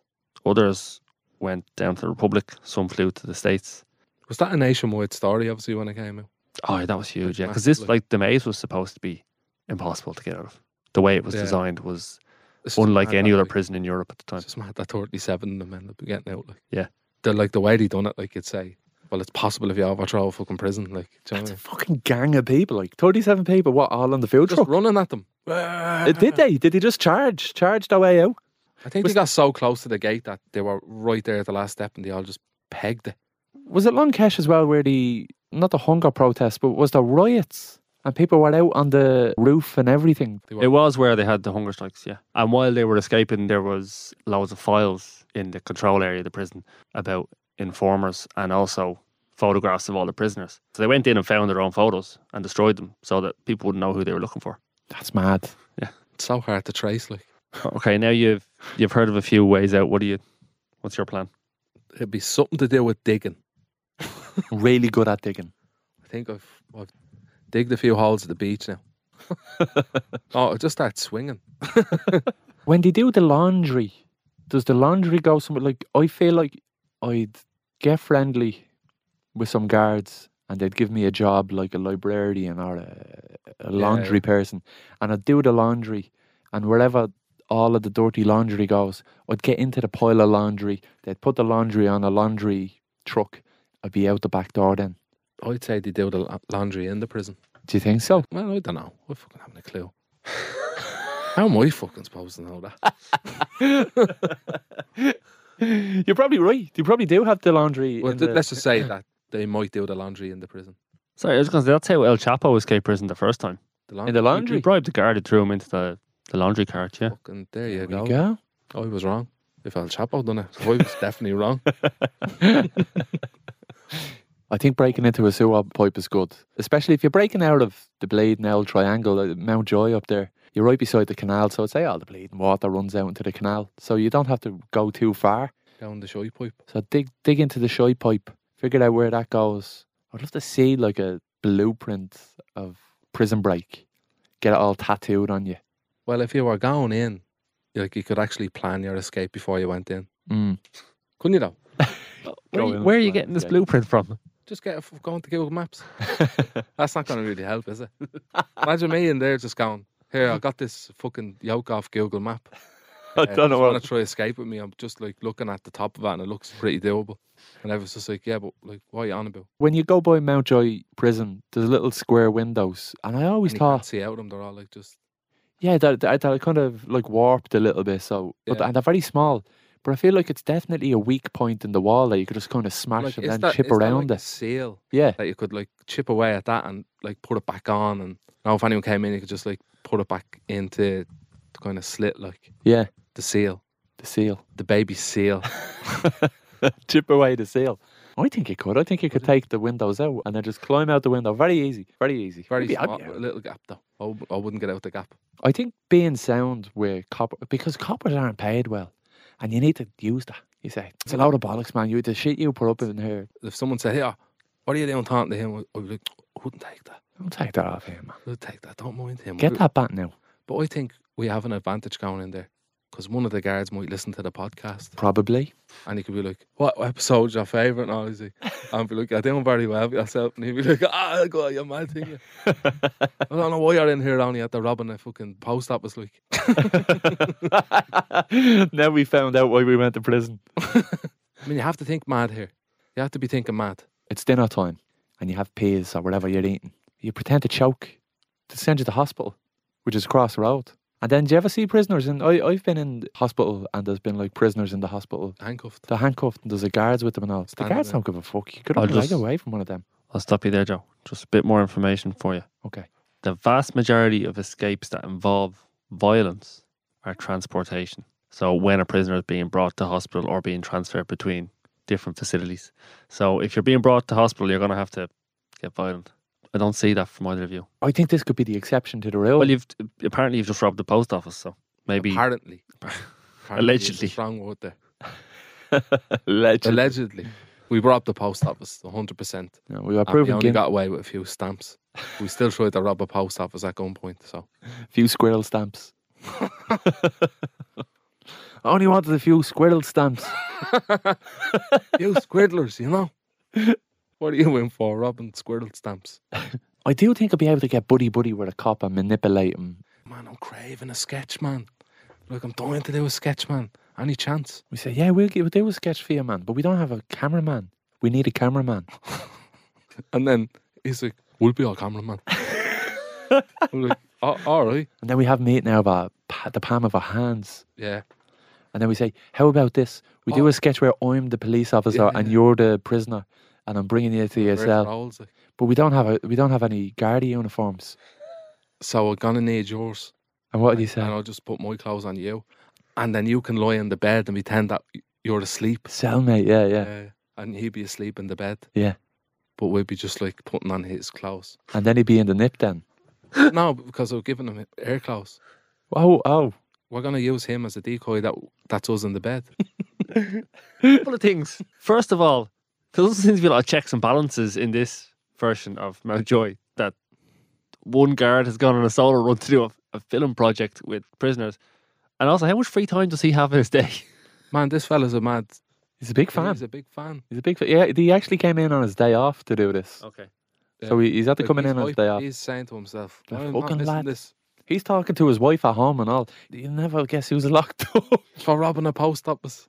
S5: Others went down to the Republic. Some flew to the States.
S3: Was that a nationwide story? Obviously, when it came out.
S5: Oh, that was huge, yeah. Because
S3: massively.
S5: this, like, the maze was supposed to be impossible to get out of. The way it was
S3: Yeah.
S5: designed was
S3: It's just
S5: unlike
S3: mad
S5: any
S3: that,
S5: other
S3: like,
S5: prison in Europe at the time.
S3: It's just mad that thirty-seven of them ended up getting out. Like,
S5: Yeah.
S3: they're like the way they done it. Like you'd say, well, it's possible if you overthrow a fucking prison. Like, do you know what I
S4: It's a
S3: mean?
S4: fucking gang of people, like 37 people, what, all on the food
S3: just
S4: truck?
S3: running at them.
S4: Uh, Did they? Did they just charge? Charge their way out?
S3: I think
S4: Was-
S3: they got so close to the gate that they were right there at the last step, and they all just pegged it.
S4: Was it Lankesh as well, where the, not the hunger protest, but was there riots? And people were out on the roof and everything.
S3: They
S5: It
S3: were
S5: was where they had the hunger strikes, yeah. And while they were escaping, there was loads of files in the control area of the prison about informers and also photographs of all the prisoners. So they went in and found their own photos and destroyed them so that people wouldn't know who they were looking for. [laughs]
S4: That's mad.
S3: so hard to trace. Like,
S5: Okay, now you've you've heard of a few ways out. What do you? What's your plan?
S3: it'd be something to do with digging.
S4: really good at digging.
S3: I think I've, I've digged a few holes at the beach
S4: [laughs]
S3: now. oh, I just start swinging.
S4: When they do the laundry, does the laundry go somewhere like I feel like I'd get friendly with some guards and they'd give me a job like a librarian or a, a laundry person and I'd do the laundry and wherever all of the dirty laundry goes, I'd get into the pile of laundry. They'd put the laundry on a laundry truck. I'd be out the back door then.
S3: I'd say they do the la- laundry in the prison.
S4: Do you
S3: [laughs]
S4: think so?
S3: Well, I don't know. I fucking haven't a
S4: [laughs]
S3: clue. How am I fucking supposed to know that?
S4: You're probably right. You probably do have the laundry.
S3: Well,
S4: in
S3: th-
S4: the-
S3: let's just
S4: [coughs]
S3: say that they might do the laundry in the prison.
S5: Sorry, I was going to say that's how El Chapo escaped prison the first time.
S3: The
S4: in
S3: laundry.
S4: the
S5: He, he
S4: laundry.
S5: bribed the guard and threw him into the, the laundry cart. Yeah,
S3: Fucking, there you
S4: There
S3: go.
S4: you go.
S3: I was wrong. If El Chapo done it, I
S4: [laughs]
S3: was definitely wrong.
S4: I think breaking into a sewer pipe is good, especially if you're breaking out of the Bleeding Owl Triangle, uh, Mount Joy up there. You're right beside the canal, so it's say all the bleeding water runs out into the canal, so you don't have to go too far.
S3: Down the shy pipe.
S4: So dig dig into the shy pipe, figure out where that goes. I'd love to see like a blueprint of Prison Break, get it all tattooed on you.
S3: Well, if you were going in, like you could actually plan your escape before you went in,
S4: Mm.
S3: couldn't you? Though,
S5: where,
S4: Go
S5: you-
S4: in
S5: where are
S4: and
S5: you
S4: plan,
S5: getting this
S4: yeah.
S5: blueprint from?
S3: just get a f- go onto Google
S4: [laughs]
S3: Maps. That's not going to really help, is it? Imagine me in there just going, "Here, I got this fucking yoke off Google Map.
S4: [laughs] I
S3: Uh, if you want to try escape with me. I'm just like looking at the top of it, and it looks pretty doable." And everyone's just like, "Yeah, but like, what are you on about?"
S4: When you go by Mountjoy Prison, there's little square windows, and I always
S3: And you
S4: thought
S3: can't see out of them. They're all like just
S4: Yeah, that that that kind of like warped a little bit. So, but
S3: Yeah.
S4: and they're very small. But I feel like it's definitely a weak point in the wall that you could just kind of smash
S3: like,
S4: and
S3: is
S4: then
S3: that-
S4: chip
S3: is there, like,
S4: around
S3: a
S4: it.
S3: seal
S4: Yeah,
S3: that you could like chip away at that and like put it back on. And now if anyone came in, you could just like put it back into the kind of slit, like
S4: yeah,
S3: the seal,
S4: the seal. [laughs]
S3: the baby seal.
S4: chip away the seal. I think you could. I think you could take the windows out and then just climb out the window. Very easy. Very easy.
S3: Very
S4: Maybe I'd
S3: small,
S4: be-
S3: a little gap though. I, w- I wouldn't get out the gap.
S4: I think being sound with copper because coppers aren't paid well, and you need to use that. You say it's a load of bollocks, man. You the shit you put up in here.
S3: If someone said, "Here, what are you doing talking to him?" I- I'd be like, "I wouldn't take that.
S4: Don't take that off here, man.
S3: I would take that. Don't mind him.
S4: Get
S3: We-
S4: that back now.
S3: But I think we have an advantage going in there because one of the guards might listen to the podcast
S4: Probably.
S3: and he could be like, "What episode's your favourite?" And all he's like, and be like, "I doing very well yourself." And he'd be like, "Ah, go on, you're mad
S5: [laughs]
S3: thing. I don't know why you're in here only at the robbing a fucking post office like."
S4: [laughs] now we found out why we went to prison.
S3: I mean, you have to think mad here. You have to be thinking mad.
S4: It's dinner time and you have peas or whatever you're eating. You pretend to choke to send you to hospital, which is across the road. And then do you ever see prisoners? And I, I've been in hospital and there's been like prisoners in the hospital.
S3: Handcuffed.
S4: They're handcuffed and there's a guards with them and all. The
S3: Standing
S4: guards
S3: there.
S4: don't give a fuck. You could
S5: I'll
S4: have leg
S5: just-
S4: away from one of them.
S5: I'll stop you there, Joe. Just a bit more information for you.
S4: Okay.
S5: The vast majority of escapes that involve violence are transportation. So when a prisoner is being brought to hospital or being transferred between different facilities. So if you're being brought to hospital, you're going to have to get violent. I don't see that from either of you.
S4: I think this could be the exception to the rule. [laughs]
S5: Well, you've apparently you've just robbed the post office, so maybe
S3: Apparently. Apparently is a
S5: Allegedly.
S3: Strong word there.
S4: Allegedly.
S3: Allegedly. We robbed the post office 100%.
S4: No, we were
S3: And we
S4: proving
S3: only
S4: guilty.
S3: got away with a few stamps. We still tried to rob a post office at gunpoint. So
S4: few squirrel stamps. [laughs] I only wanted a few squirrel stamps.
S3: you squiddlers, you
S5: [laughs]
S3: know. What are you in for, robbing squirrel stamps?
S4: I do think I'll be able to get buddy buddy with a cop and manipulate him.
S3: Man, I'm craving a sketch, man. Look, I'm dying to do a sketch, man. Any chance?
S4: We say, yeah, we'll, gi- we'll do a sketch for you, man, but we don't have a cameraman. We need a cameraman.
S3: And then he's like, "We'll be our cameraman." I'm like, "Oh, all right,
S4: And then we have meeting now about pa- the palm of our hands.
S3: yeah,
S4: And then we say, how about this? We do
S3: Oh.
S4: a sketch where I'm the police officer
S3: Yeah,
S4: and
S3: yeah.
S4: you're the prisoner and I'm bringing you to your
S3: Where's
S4: cell.
S3: Raoul's like,
S4: But we don't have a, we don't have any guardy uniforms.
S3: So we're gonna need yours,
S4: And what do you say?
S3: and I'll just put my clothes on you, and then you can lie in the bed and pretend that y- you're asleep,
S4: Cellmate, yeah, yeah.
S3: uh, and he'd be asleep in the bed.
S4: Yeah.
S3: But we'd be just like putting on his clothes. [laughs]
S4: And then he'd be in the nip then.
S3: no, because we're giving him air clothes.
S4: Oh, oh.
S3: We're gonna use him as a decoy. That that's us in the bed.
S5: couple of things. First of all, there doesn't seem to be a lot of checks and balances in this version of Mountjoy. That one guard has gone on a solo run to do a, a film project with prisoners. And also, how much free time does he have in his day?
S3: Man, this fella's a mad
S4: He's a big fan.
S3: He's a big fan.
S4: He's a big fan. Yeah, he actually came in on his day off to do this.
S5: Okay.
S4: So he, he's had to
S3: Like,
S4: come
S3: Oh,
S4: in
S3: he's
S4: on his
S3: hype-
S4: day off.
S3: He's saying to himself,
S4: The
S3: "Why am I not
S4: fucking
S3: missing
S4: lad."
S3: this
S4: He's talking to his wife at home and all. You never guess who's locked [laughs] up.
S3: for robbing a post office.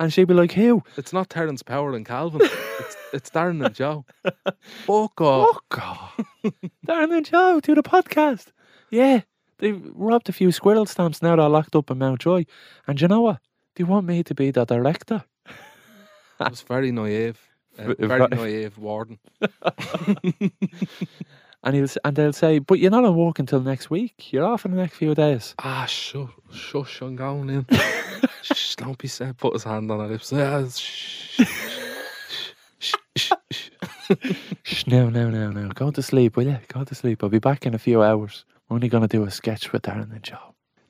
S4: And she'd be like, who?
S3: It's not Terence Power and Calvin.
S4: [laughs]
S3: it's, it's Darren and Joe. Fuck off.
S4: Oh, God.
S3: [laughs]
S4: Darren and Joe do the podcast. Yeah, they robbed a few squirrel stamps now they're locked up in Mountjoy. And you know what? Do you want me to be the director?
S3: It was very
S4: [laughs]
S3: naive. Uh,
S4: V-
S3: very
S4: right.
S3: naive warden.
S4: And he'll s- and they'll say, but you're not on work until next week. You're off in the next few days.
S3: Ah, shush, shush, I'm going
S4: [laughs]
S3: in. shh, don't be sad. Put his hand on her lips. Ah,
S4: [laughs]
S3: shh. shh, shh, shh.
S4: Shh, no, no, no, no. Go to sleep, will you? Go to sleep. I'll be back in a few hours. We're only going to do a sketch with Darren and Joe.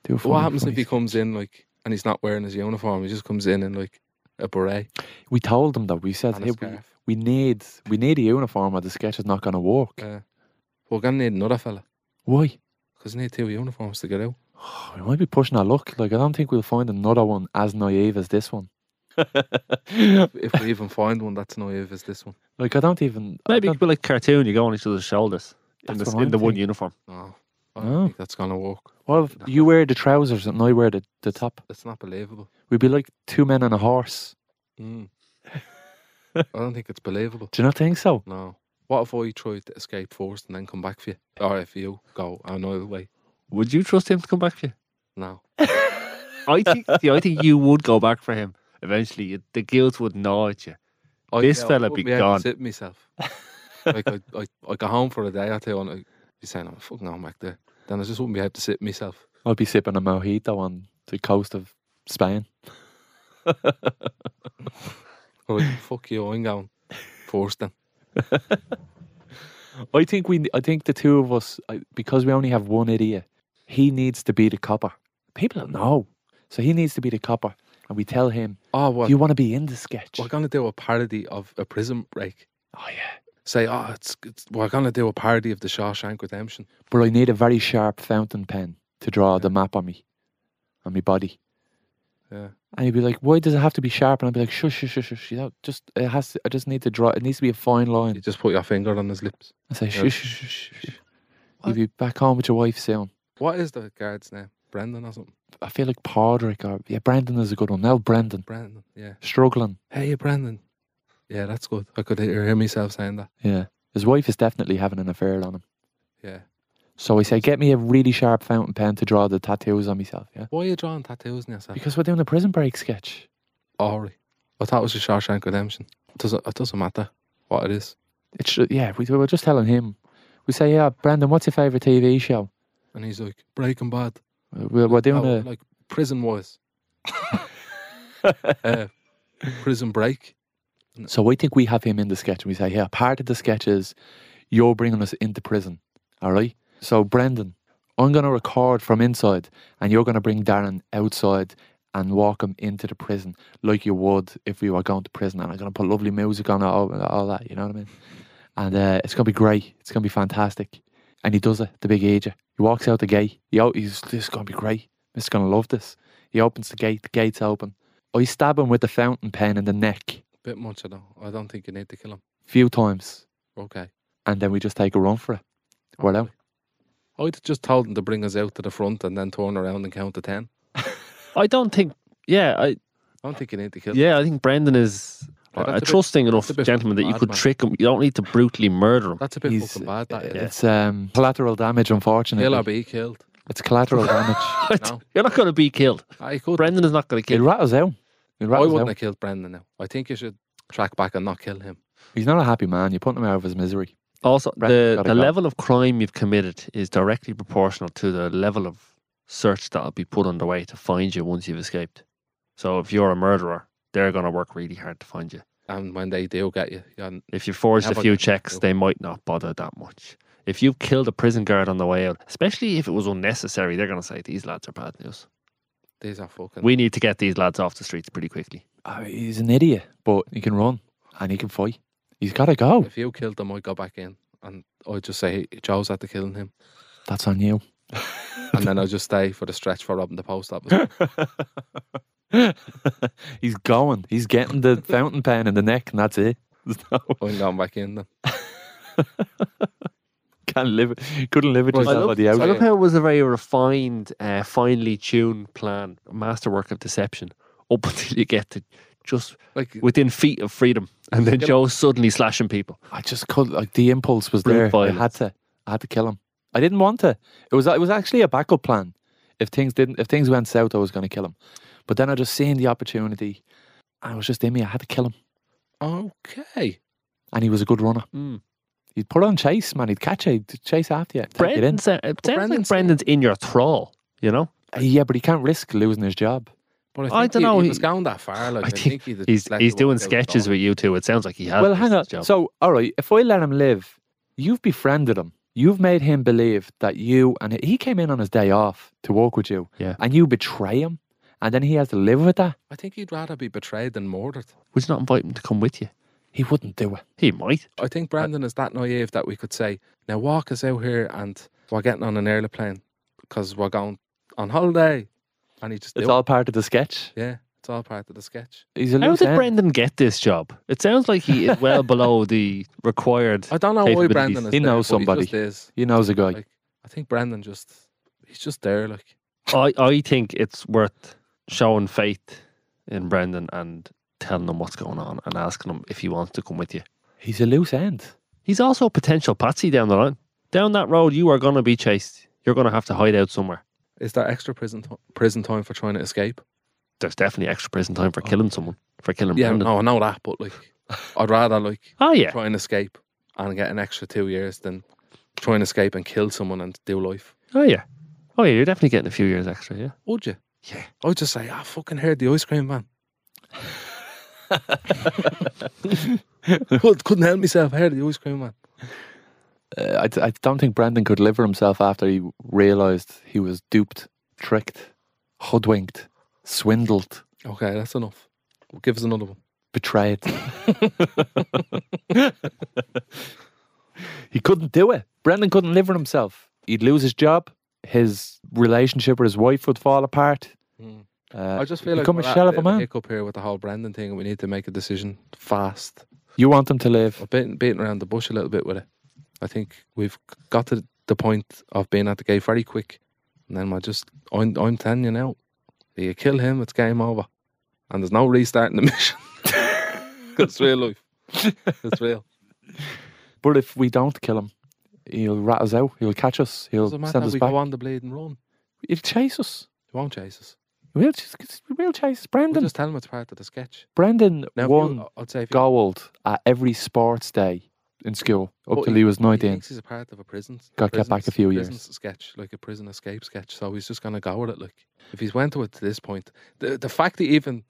S4: Do a
S3: what
S4: funny,
S3: happens if
S4: funny
S3: he comes in like and he's not wearing his uniform? He just comes in in like a beret
S4: We told them though. We said
S3: and a
S4: hey, we,
S3: scarf.
S4: we need we need a uniform, or the sketch is not going to work.
S3: Uh, we're gonna need another fella
S4: Why? [sighs]
S3: because we need two uniforms to get out.
S4: we might be pushing our luck. Like I don't think we'll find another one as naive as this one. like
S3: if we even find one that's naive as this one.
S4: I don't even I
S5: Maybe it
S4: don't-
S5: could be like cartoon, you go on each other's shoulders in,
S4: That's
S5: this,
S4: what
S5: in
S4: I'm
S5: the one
S4: thinking.
S5: uniform.
S3: No, I don't
S4: No.
S3: think that's gonna work.
S4: What if you wear the trousers and I wear the, the top?
S3: It's not believable.
S4: We'd be like two men and a horse.
S5: [laughs]
S3: Mm. I don't think it's believable.
S4: Do you not think so?
S3: No. What if I tried to escape first and then come back for you? Or if you go another way?
S5: Would you trust him to come back for you?
S3: No.
S5: [laughs] I think, see, I think you would go back for him eventually. You- The guilt would gnaw at you.
S3: I,
S5: This
S3: yeah, I
S5: fella
S3: wouldn't
S5: be
S3: able to
S5: gone.
S3: Sit
S5: [laughs]
S3: myself. like I, I, I go home for a day or two and I be saying I'm fucking going back there. Then I just wouldn't be able to sit myself.
S4: I'd be sipping a mojito on the coast of Spain.
S3: Or like, fuck you, I'm going first
S5: [laughs]
S3: then.
S4: I think we. I think the two of us, I- because we only have one idiot, he needs to be the copper. People don't know, so he needs to be the copper, and we tell him,
S3: Oh, well,
S4: "Do you want to be in the sketch?"
S3: we're gonna do a parody of a prison break.
S4: Oh yeah,
S3: say, oh, it's, it's we're gonna do a parody of the Shawshank Redemption.
S4: but I need a very sharp fountain pen to draw the map on me, on my body.
S3: Yeah.
S4: And he'd be like, "Why does it have to be sharp?" And I'd be like, "Shush, shush, shush, shush. You know, just it has. To, I just need to draw. It needs to be a fine
S3: You
S4: line."
S3: just put your finger on his lips.
S4: I say,
S3: Yeah.
S4: "Shush, shush, shush, shush. You'll be back home with your wife soon.
S3: What is the guard's name? Brendan or something?
S4: I feel like Padraig or yeah, Brendan is a good one. Now Brendan
S3: Brendan. Yeah.
S4: struggling.
S3: Hey, Brendan. Yeah, that's good. I could hear hear myself saying that.
S4: Yeah. His wife is definitely having an affair on him.
S3: Yeah.
S4: So I say, get me a really sharp fountain pen to draw the tattoos on myself, yeah?
S3: Why are you drawing tattoos on yourself?
S4: Because we're doing a prison break sketch.
S3: Oh, right. I thought it was the Shawshank Redemption. It doesn't, it doesn't matter what it is.
S4: It should, uh, yeah, we, we're just telling him. We say, yeah, Brandon, what's your favourite TV show? Uh,
S3: And he's like, Breaking Bad.
S4: We're, we're
S3: Oh,
S4: doing
S3: No,
S4: a,
S3: like, prison wise. uh, prison break.
S4: so I think we have him in the sketch and we say, yeah, part of the sketch is you're bringing us into prison, all right? So, Brendan, I'm going to record from inside and you're going to bring Darren outside and walk him into the prison like you would if we were going to prison. And I'm going to put lovely music on it, all, all that, you know what I mean? And uh, it's going to be great. It's going to be fantastic. And he does it, the big ager. He walks out the gate. He, o- he's, this is going to be great. Mister going to love this. He opens the gate. The gate's open. I stab him with the fountain pen in the neck
S3: Bit much, I don't. I don't think you need to kill him.
S4: few times.
S3: Okay.
S4: And then we just take a run for it.
S3: Oh,
S4: Well, out.
S3: I'd have just told him to bring us out to the front and then turn around and count to ten.
S5: I don't think. Yeah, I
S3: I don't think you need to kill.
S5: yeah, I think Brendan is
S3: Yeah,
S5: a,
S3: that's a bit-
S5: trusting enough
S3: that's a bit
S5: gentleman that you
S3: bad,
S5: could
S3: man.
S5: trick him. You don't need to brutally murder him.
S3: That's a bit
S4: He's-
S3: fucking bad. That is.
S4: It's um, collateral damage,
S3: He'll or
S4: unfortunately.
S3: be
S5: [laughs]
S3: killed.
S4: It's collateral damage.
S3: [laughs] No,
S5: You're not going to be killed.
S3: I could.
S5: Brendan is not going to
S4: It
S5: kill.
S4: rattles out. It
S3: I
S4: rattles
S3: wouldn't
S4: out.
S3: have killed Brendan now. I think you should track back and not kill him.
S4: He's not a happy man. You're putting him out of his misery.
S5: Also,
S4: Brendan's
S5: the
S4: gotta
S5: the
S4: go.
S5: level of crime you've committed is directly proportional to the level of search that'll be put underway to find you once you've escaped. So if you're a murderer, they're going to work really hard to find you.
S3: And when they do get you, you're n-
S5: If you forged a
S3: Never
S5: few
S3: gonna
S5: checks,
S3: do.
S5: they might not bother that much. If you've killed a prison guard on the way out, especially if it was unnecessary, they're going to say these lads are bad news.
S3: these are fucking.
S5: We need to get these lads off the streets pretty quickly.
S4: Uh, he's an idiot, but he can run and he can fight. He's got to go.
S3: if you killed him, I'd go back in and I'd just say Joe's had to killing him,
S4: That's on you.
S3: and then I'd just stay for the stretch for robbing the post
S5: [laughs]
S3: office.
S4: he's going. He's
S3: [laughs]
S4: getting the fountain pen in the neck, and that's it. [laughs] There's no,
S3: I'm going back in then.
S4: can't live. it- Couldn't live it
S3: Well, I
S4: yourself
S3: love-
S4: at the
S3: I
S4: out.
S5: I
S3: Yeah.
S5: love how it was a very refined, uh, finely tuned plan, a masterwork of deception, up [laughs] until you get to just
S3: Like
S5: within feet of freedom, and then
S3: Get-
S5: Joe's suddenly slashing people.
S4: I just could like the impulse was
S5: Brute
S4: there. I had
S5: violence.
S4: to. I had to kill him. I didn't want to. It was it was actually a backup plan. If things didn't, if things went south, I was going to kill him. But then I just seen the opportunity, and it was just in me. I had to kill him.
S3: okay,
S4: And he was a good runner.
S5: Mm.
S4: He'd put on chase, man. He'd catch you. He'd chase after you. Take it in.
S5: Brendan's, uh, it sounds like
S3: Brendan's-
S5: Brendan's in your thrall, you know?
S4: Uh, Yeah, but he can't risk losing his job.
S3: but I, think
S5: I
S3: he,
S5: dunno,
S3: he,
S5: he-
S3: was going that far. Like
S5: I
S3: I
S5: think
S3: think, he
S5: He's he's doing sketches with you two. It sounds like he has.
S4: well,
S5: this
S4: hang on.
S5: Job.
S4: So, all right, if I let him live, you've befriended him. You've made him believe that you and he came in on his day off to work with you.
S5: Yeah.
S4: And you betray him, and then he has to live with that.
S3: I think he'd rather be betrayed than murdered.
S5: Would you not invite him to come with you?
S4: He wouldn't do it.
S5: He might.
S3: I
S4: Uh,
S3: think Brandon is that naive that we could say, now walk us out here and we're getting on an airplane because we're going on holiday. And he just
S4: It's
S3: do it.
S4: all part of the sketch.
S3: Yeah, it's all part of the sketch.
S4: He's a
S5: How
S4: loose
S5: did
S4: end.
S5: Brendan get this job? It sounds like he
S4: [laughs]
S5: is well below the required.
S3: I don't know why
S5: Capabilities.
S3: Brandon is
S4: He
S3: there,
S4: knows
S3: but
S4: somebody.
S3: He just is.
S4: He knows a guy.
S3: Like, I think Brandon just, he's just there. Like,
S5: I, I think it's worth showing faith in Brendan and telling him what's going on and asking him if he wants to come with you.
S4: He's a loose end.
S5: He's also a potential patsy down the line. Down that road, you are going to be chased. You're going to have to hide out somewhere.
S3: is there extra prison t- prison time for trying to escape?
S5: There's definitely extra prison time for killing someone, for killing
S3: Yeah,
S5: Brendan.
S3: no, I know that,
S4: [laughs]
S3: but like, I'd rather like
S5: Oh, yeah.
S3: try and escape and get an extra two years than try and escape and kill someone and do life.
S5: Oh, yeah. Oh, yeah. You're definitely getting a few years extra. Yeah.
S3: Would you?
S5: Yeah.
S3: I'd just say, I fucking heard the ice cream
S4: [laughs]
S3: van. Could- [laughs] Couldn't help myself. I heard the ice cream van.
S4: Uh, I, d- I don't think Brendan could live with himself after he realised he was duped, tricked, hoodwinked, swindled,
S3: Okay, that's enough. Give us another one.
S4: betrayed. he couldn't do it. Brendan couldn't live with himself. He'd lose his job. His relationship with his wife would fall apart.
S3: Mm.
S4: Uh,
S3: I just feel
S4: he'd
S3: like
S4: become
S3: we're
S4: a
S3: at
S4: shell of
S3: bit
S4: a man.
S3: hiccup here with the whole Brandon thing, and we need to make a decision fast.
S4: You want him to live.
S3: I've been beating around the bush a little bit with it. I think we've got to the point of being at the gate very quick, and then we're just I'm, I'm telling you now, you kill him, it's game over, and there's no restarting the [laughs]
S4: [laughs]
S3: mission. 'Cause it's real life. It's real.
S4: But if we don't kill him, he'll rat us out. He'll catch us. He'll
S3: Doesn't
S4: send
S3: matter.
S4: us
S3: We
S4: back.
S3: go on the blade and run.
S4: He'll chase us.
S3: He won't chase us.
S4: We'll, just, we'll chase
S3: We'll
S4: Brendan.
S3: just tell him it's part of the sketch.
S4: Brendan
S3: Now, if you-
S4: won
S3: I'd say if you-
S4: gold at every sports day in school up
S3: But
S4: till he was
S3: he
S4: 19.
S3: thinks he's a part of a prison.
S4: Got kept back a
S3: prison's-
S4: few
S3: prison's Sketch like a prison escape sketch. So he's just gonna go with it. Like if he's went to it to this point, the the fact that he even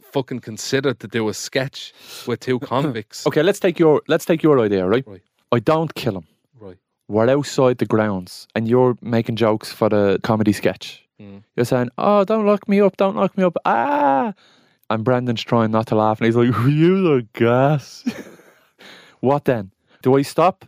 S3: fucking considered to do a sketch with
S4: [coughs]
S3: two convicts.
S4: Okay, let's take your let's take your idea, right?
S3: Right.
S4: I don't kill him.
S3: Right.
S4: We're outside the grounds and you're making jokes for the comedy sketch.
S3: Mm.
S4: You're saying, "Oh, don't lock me up! Don't lock me up!" Ah, and Brandon's trying not to laugh, and he's like, "You are gas." [laughs] what then? Do I stop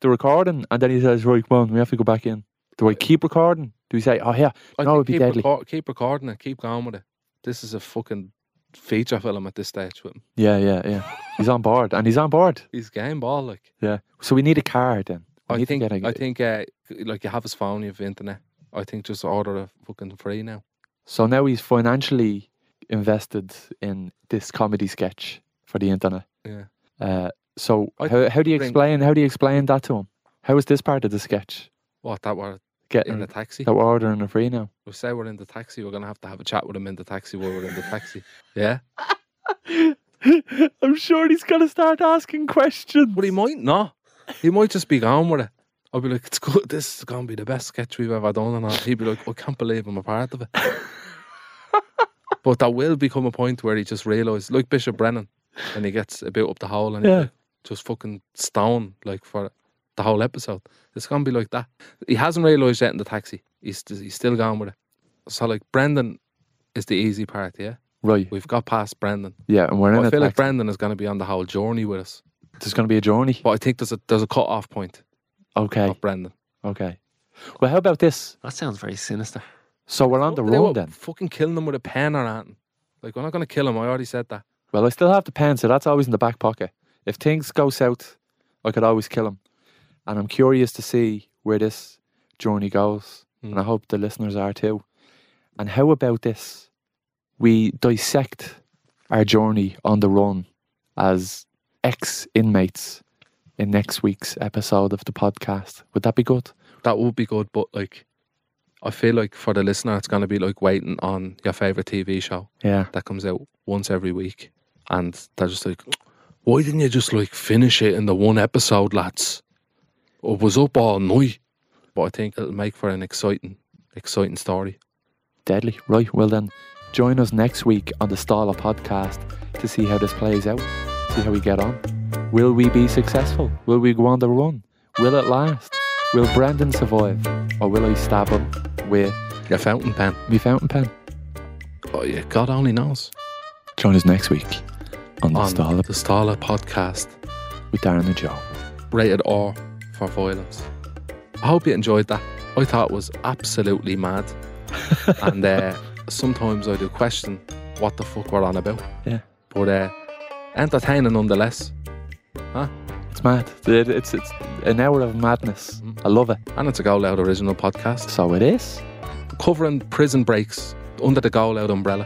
S4: the recording? And then he says, "Right, come on, we have to go back in." Do I keep recording? Do we say, "Oh, yeah,
S3: I
S4: No,
S3: think
S4: it'd be
S3: keep,
S4: deadly.
S3: record- keep recording it. Keep going with it. This is a fucking feature film at this stage with him.
S4: yeah, yeah, yeah"? He's on board, and he's on board.
S3: He's game ball like.
S4: Yeah. So we need a car then. We
S3: I
S4: need
S3: think
S4: To get a,
S3: I think uh, like you have his phone, you have internet. I think just order a fucking free now.
S4: So now he's financially invested in this comedy sketch for the internet.
S3: Yeah.
S4: Uh, so
S3: I
S4: how, how do you
S3: think-
S4: explain how do you explain that to him? How is this part of the sketch
S3: What that were in
S4: getting
S3: the taxi?
S4: that we're ordering a
S3: [laughs]
S4: free now?
S3: We say we're in the taxi. We're gonna have to have a chat with him in the taxi while we're in the [laughs] taxi. Yeah,
S4: I'm sure he's gonna start asking questions.
S3: but he might not. He might just be gone with it. I'll be like, it's good. This is gonna be the best sketch we've ever done, and all. he'd be like, I can't believe I'm a part [laughs] of it. but there will become a point where he just realises, like Bishop Brennan, and he gets a bit up the hole, and he's
S4: Yeah.
S3: like, just fucking stone like for the whole episode. It's gonna be like that. He hasn't realised yet in the taxi. He's he's still gone with it. So like Brendan is the easy part, yeah.
S4: Right.
S3: We've got past Brendan.
S4: Yeah, and we're in
S3: But I
S4: it.
S3: feel like
S4: Like
S3: Brendan is going to be on the whole journey with us.
S4: there's gonna be a journey.
S3: But I think there's a there's a cut off point
S4: Okay.
S3: of Brendan.
S4: Okay. Well, how about this?
S5: That sounds very sinister.
S4: So we're on the
S3: They were
S4: road then.
S3: Fucking killing them with a pen or anything. Like we're not going to kill him. I already said that.
S4: Well, I still have the pen, so that's always in the back pocket. If things go south, I could always kill him. And I'm curious to see where this journey goes. And I
S3: Mm.
S4: hope the listeners are too. And how about this? We dissect our journey on the run as ex inmates in next week's episode of the podcast. Would that be good?
S3: That would be good. But like, I feel like for the listener, it's going to be like waiting on your favorite TV show
S4: Yeah.
S3: that comes out once every week, and they're just like, "Why didn't you just like finish it in the one episode, lads? Or was up all night." But I think it'll make for an exciting, exciting story.
S4: Deadly. Right. Well, then, join us next week on the Staller podcast to see how this plays out, see how we get on. Will we be successful? Will we go on the run? Will it last? Will Brandon survive? Or will I stab him with
S3: Your fountain pen.
S4: my fountain pen?
S3: Oh yeah, God only knows.
S4: Join us next week on the
S3: On
S4: Staller
S3: the Starla podcast,
S4: with Darren and Joe.
S3: rated R for violence. I hope you enjoyed that. I thought it was absolutely
S4: [laughs]
S3: mad, and uh, sometimes I do question what the fuck we're on about.
S4: Yeah.
S3: But uh, entertaining nonetheless,
S4: It's mad. It- It's, it's an hour of madness. I love it.
S3: and it's a Go Loud original podcast
S4: So it is.
S3: covering prison breaks under the Go Loud umbrella.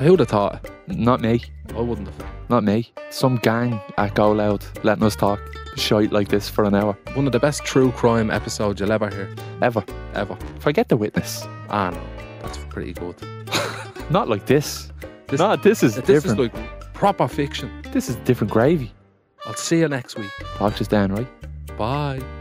S3: Who'd have thought? it?
S4: Not me.
S3: I wouldn't have.
S4: Not me. Some gang at Go Loud letting us talk shite like this for an hour.
S3: One of the best true crime episodes you'll ever hear,
S4: Ever.
S3: ever.
S4: Forget the witness.
S3: Ah no, that's pretty good.
S4: Not like this.
S3: This-
S4: no, this is
S3: This
S4: different.
S3: is like proper fiction.
S4: this is different gravy.
S3: I'll see you next week.
S4: Talk just down, right?
S3: Bye.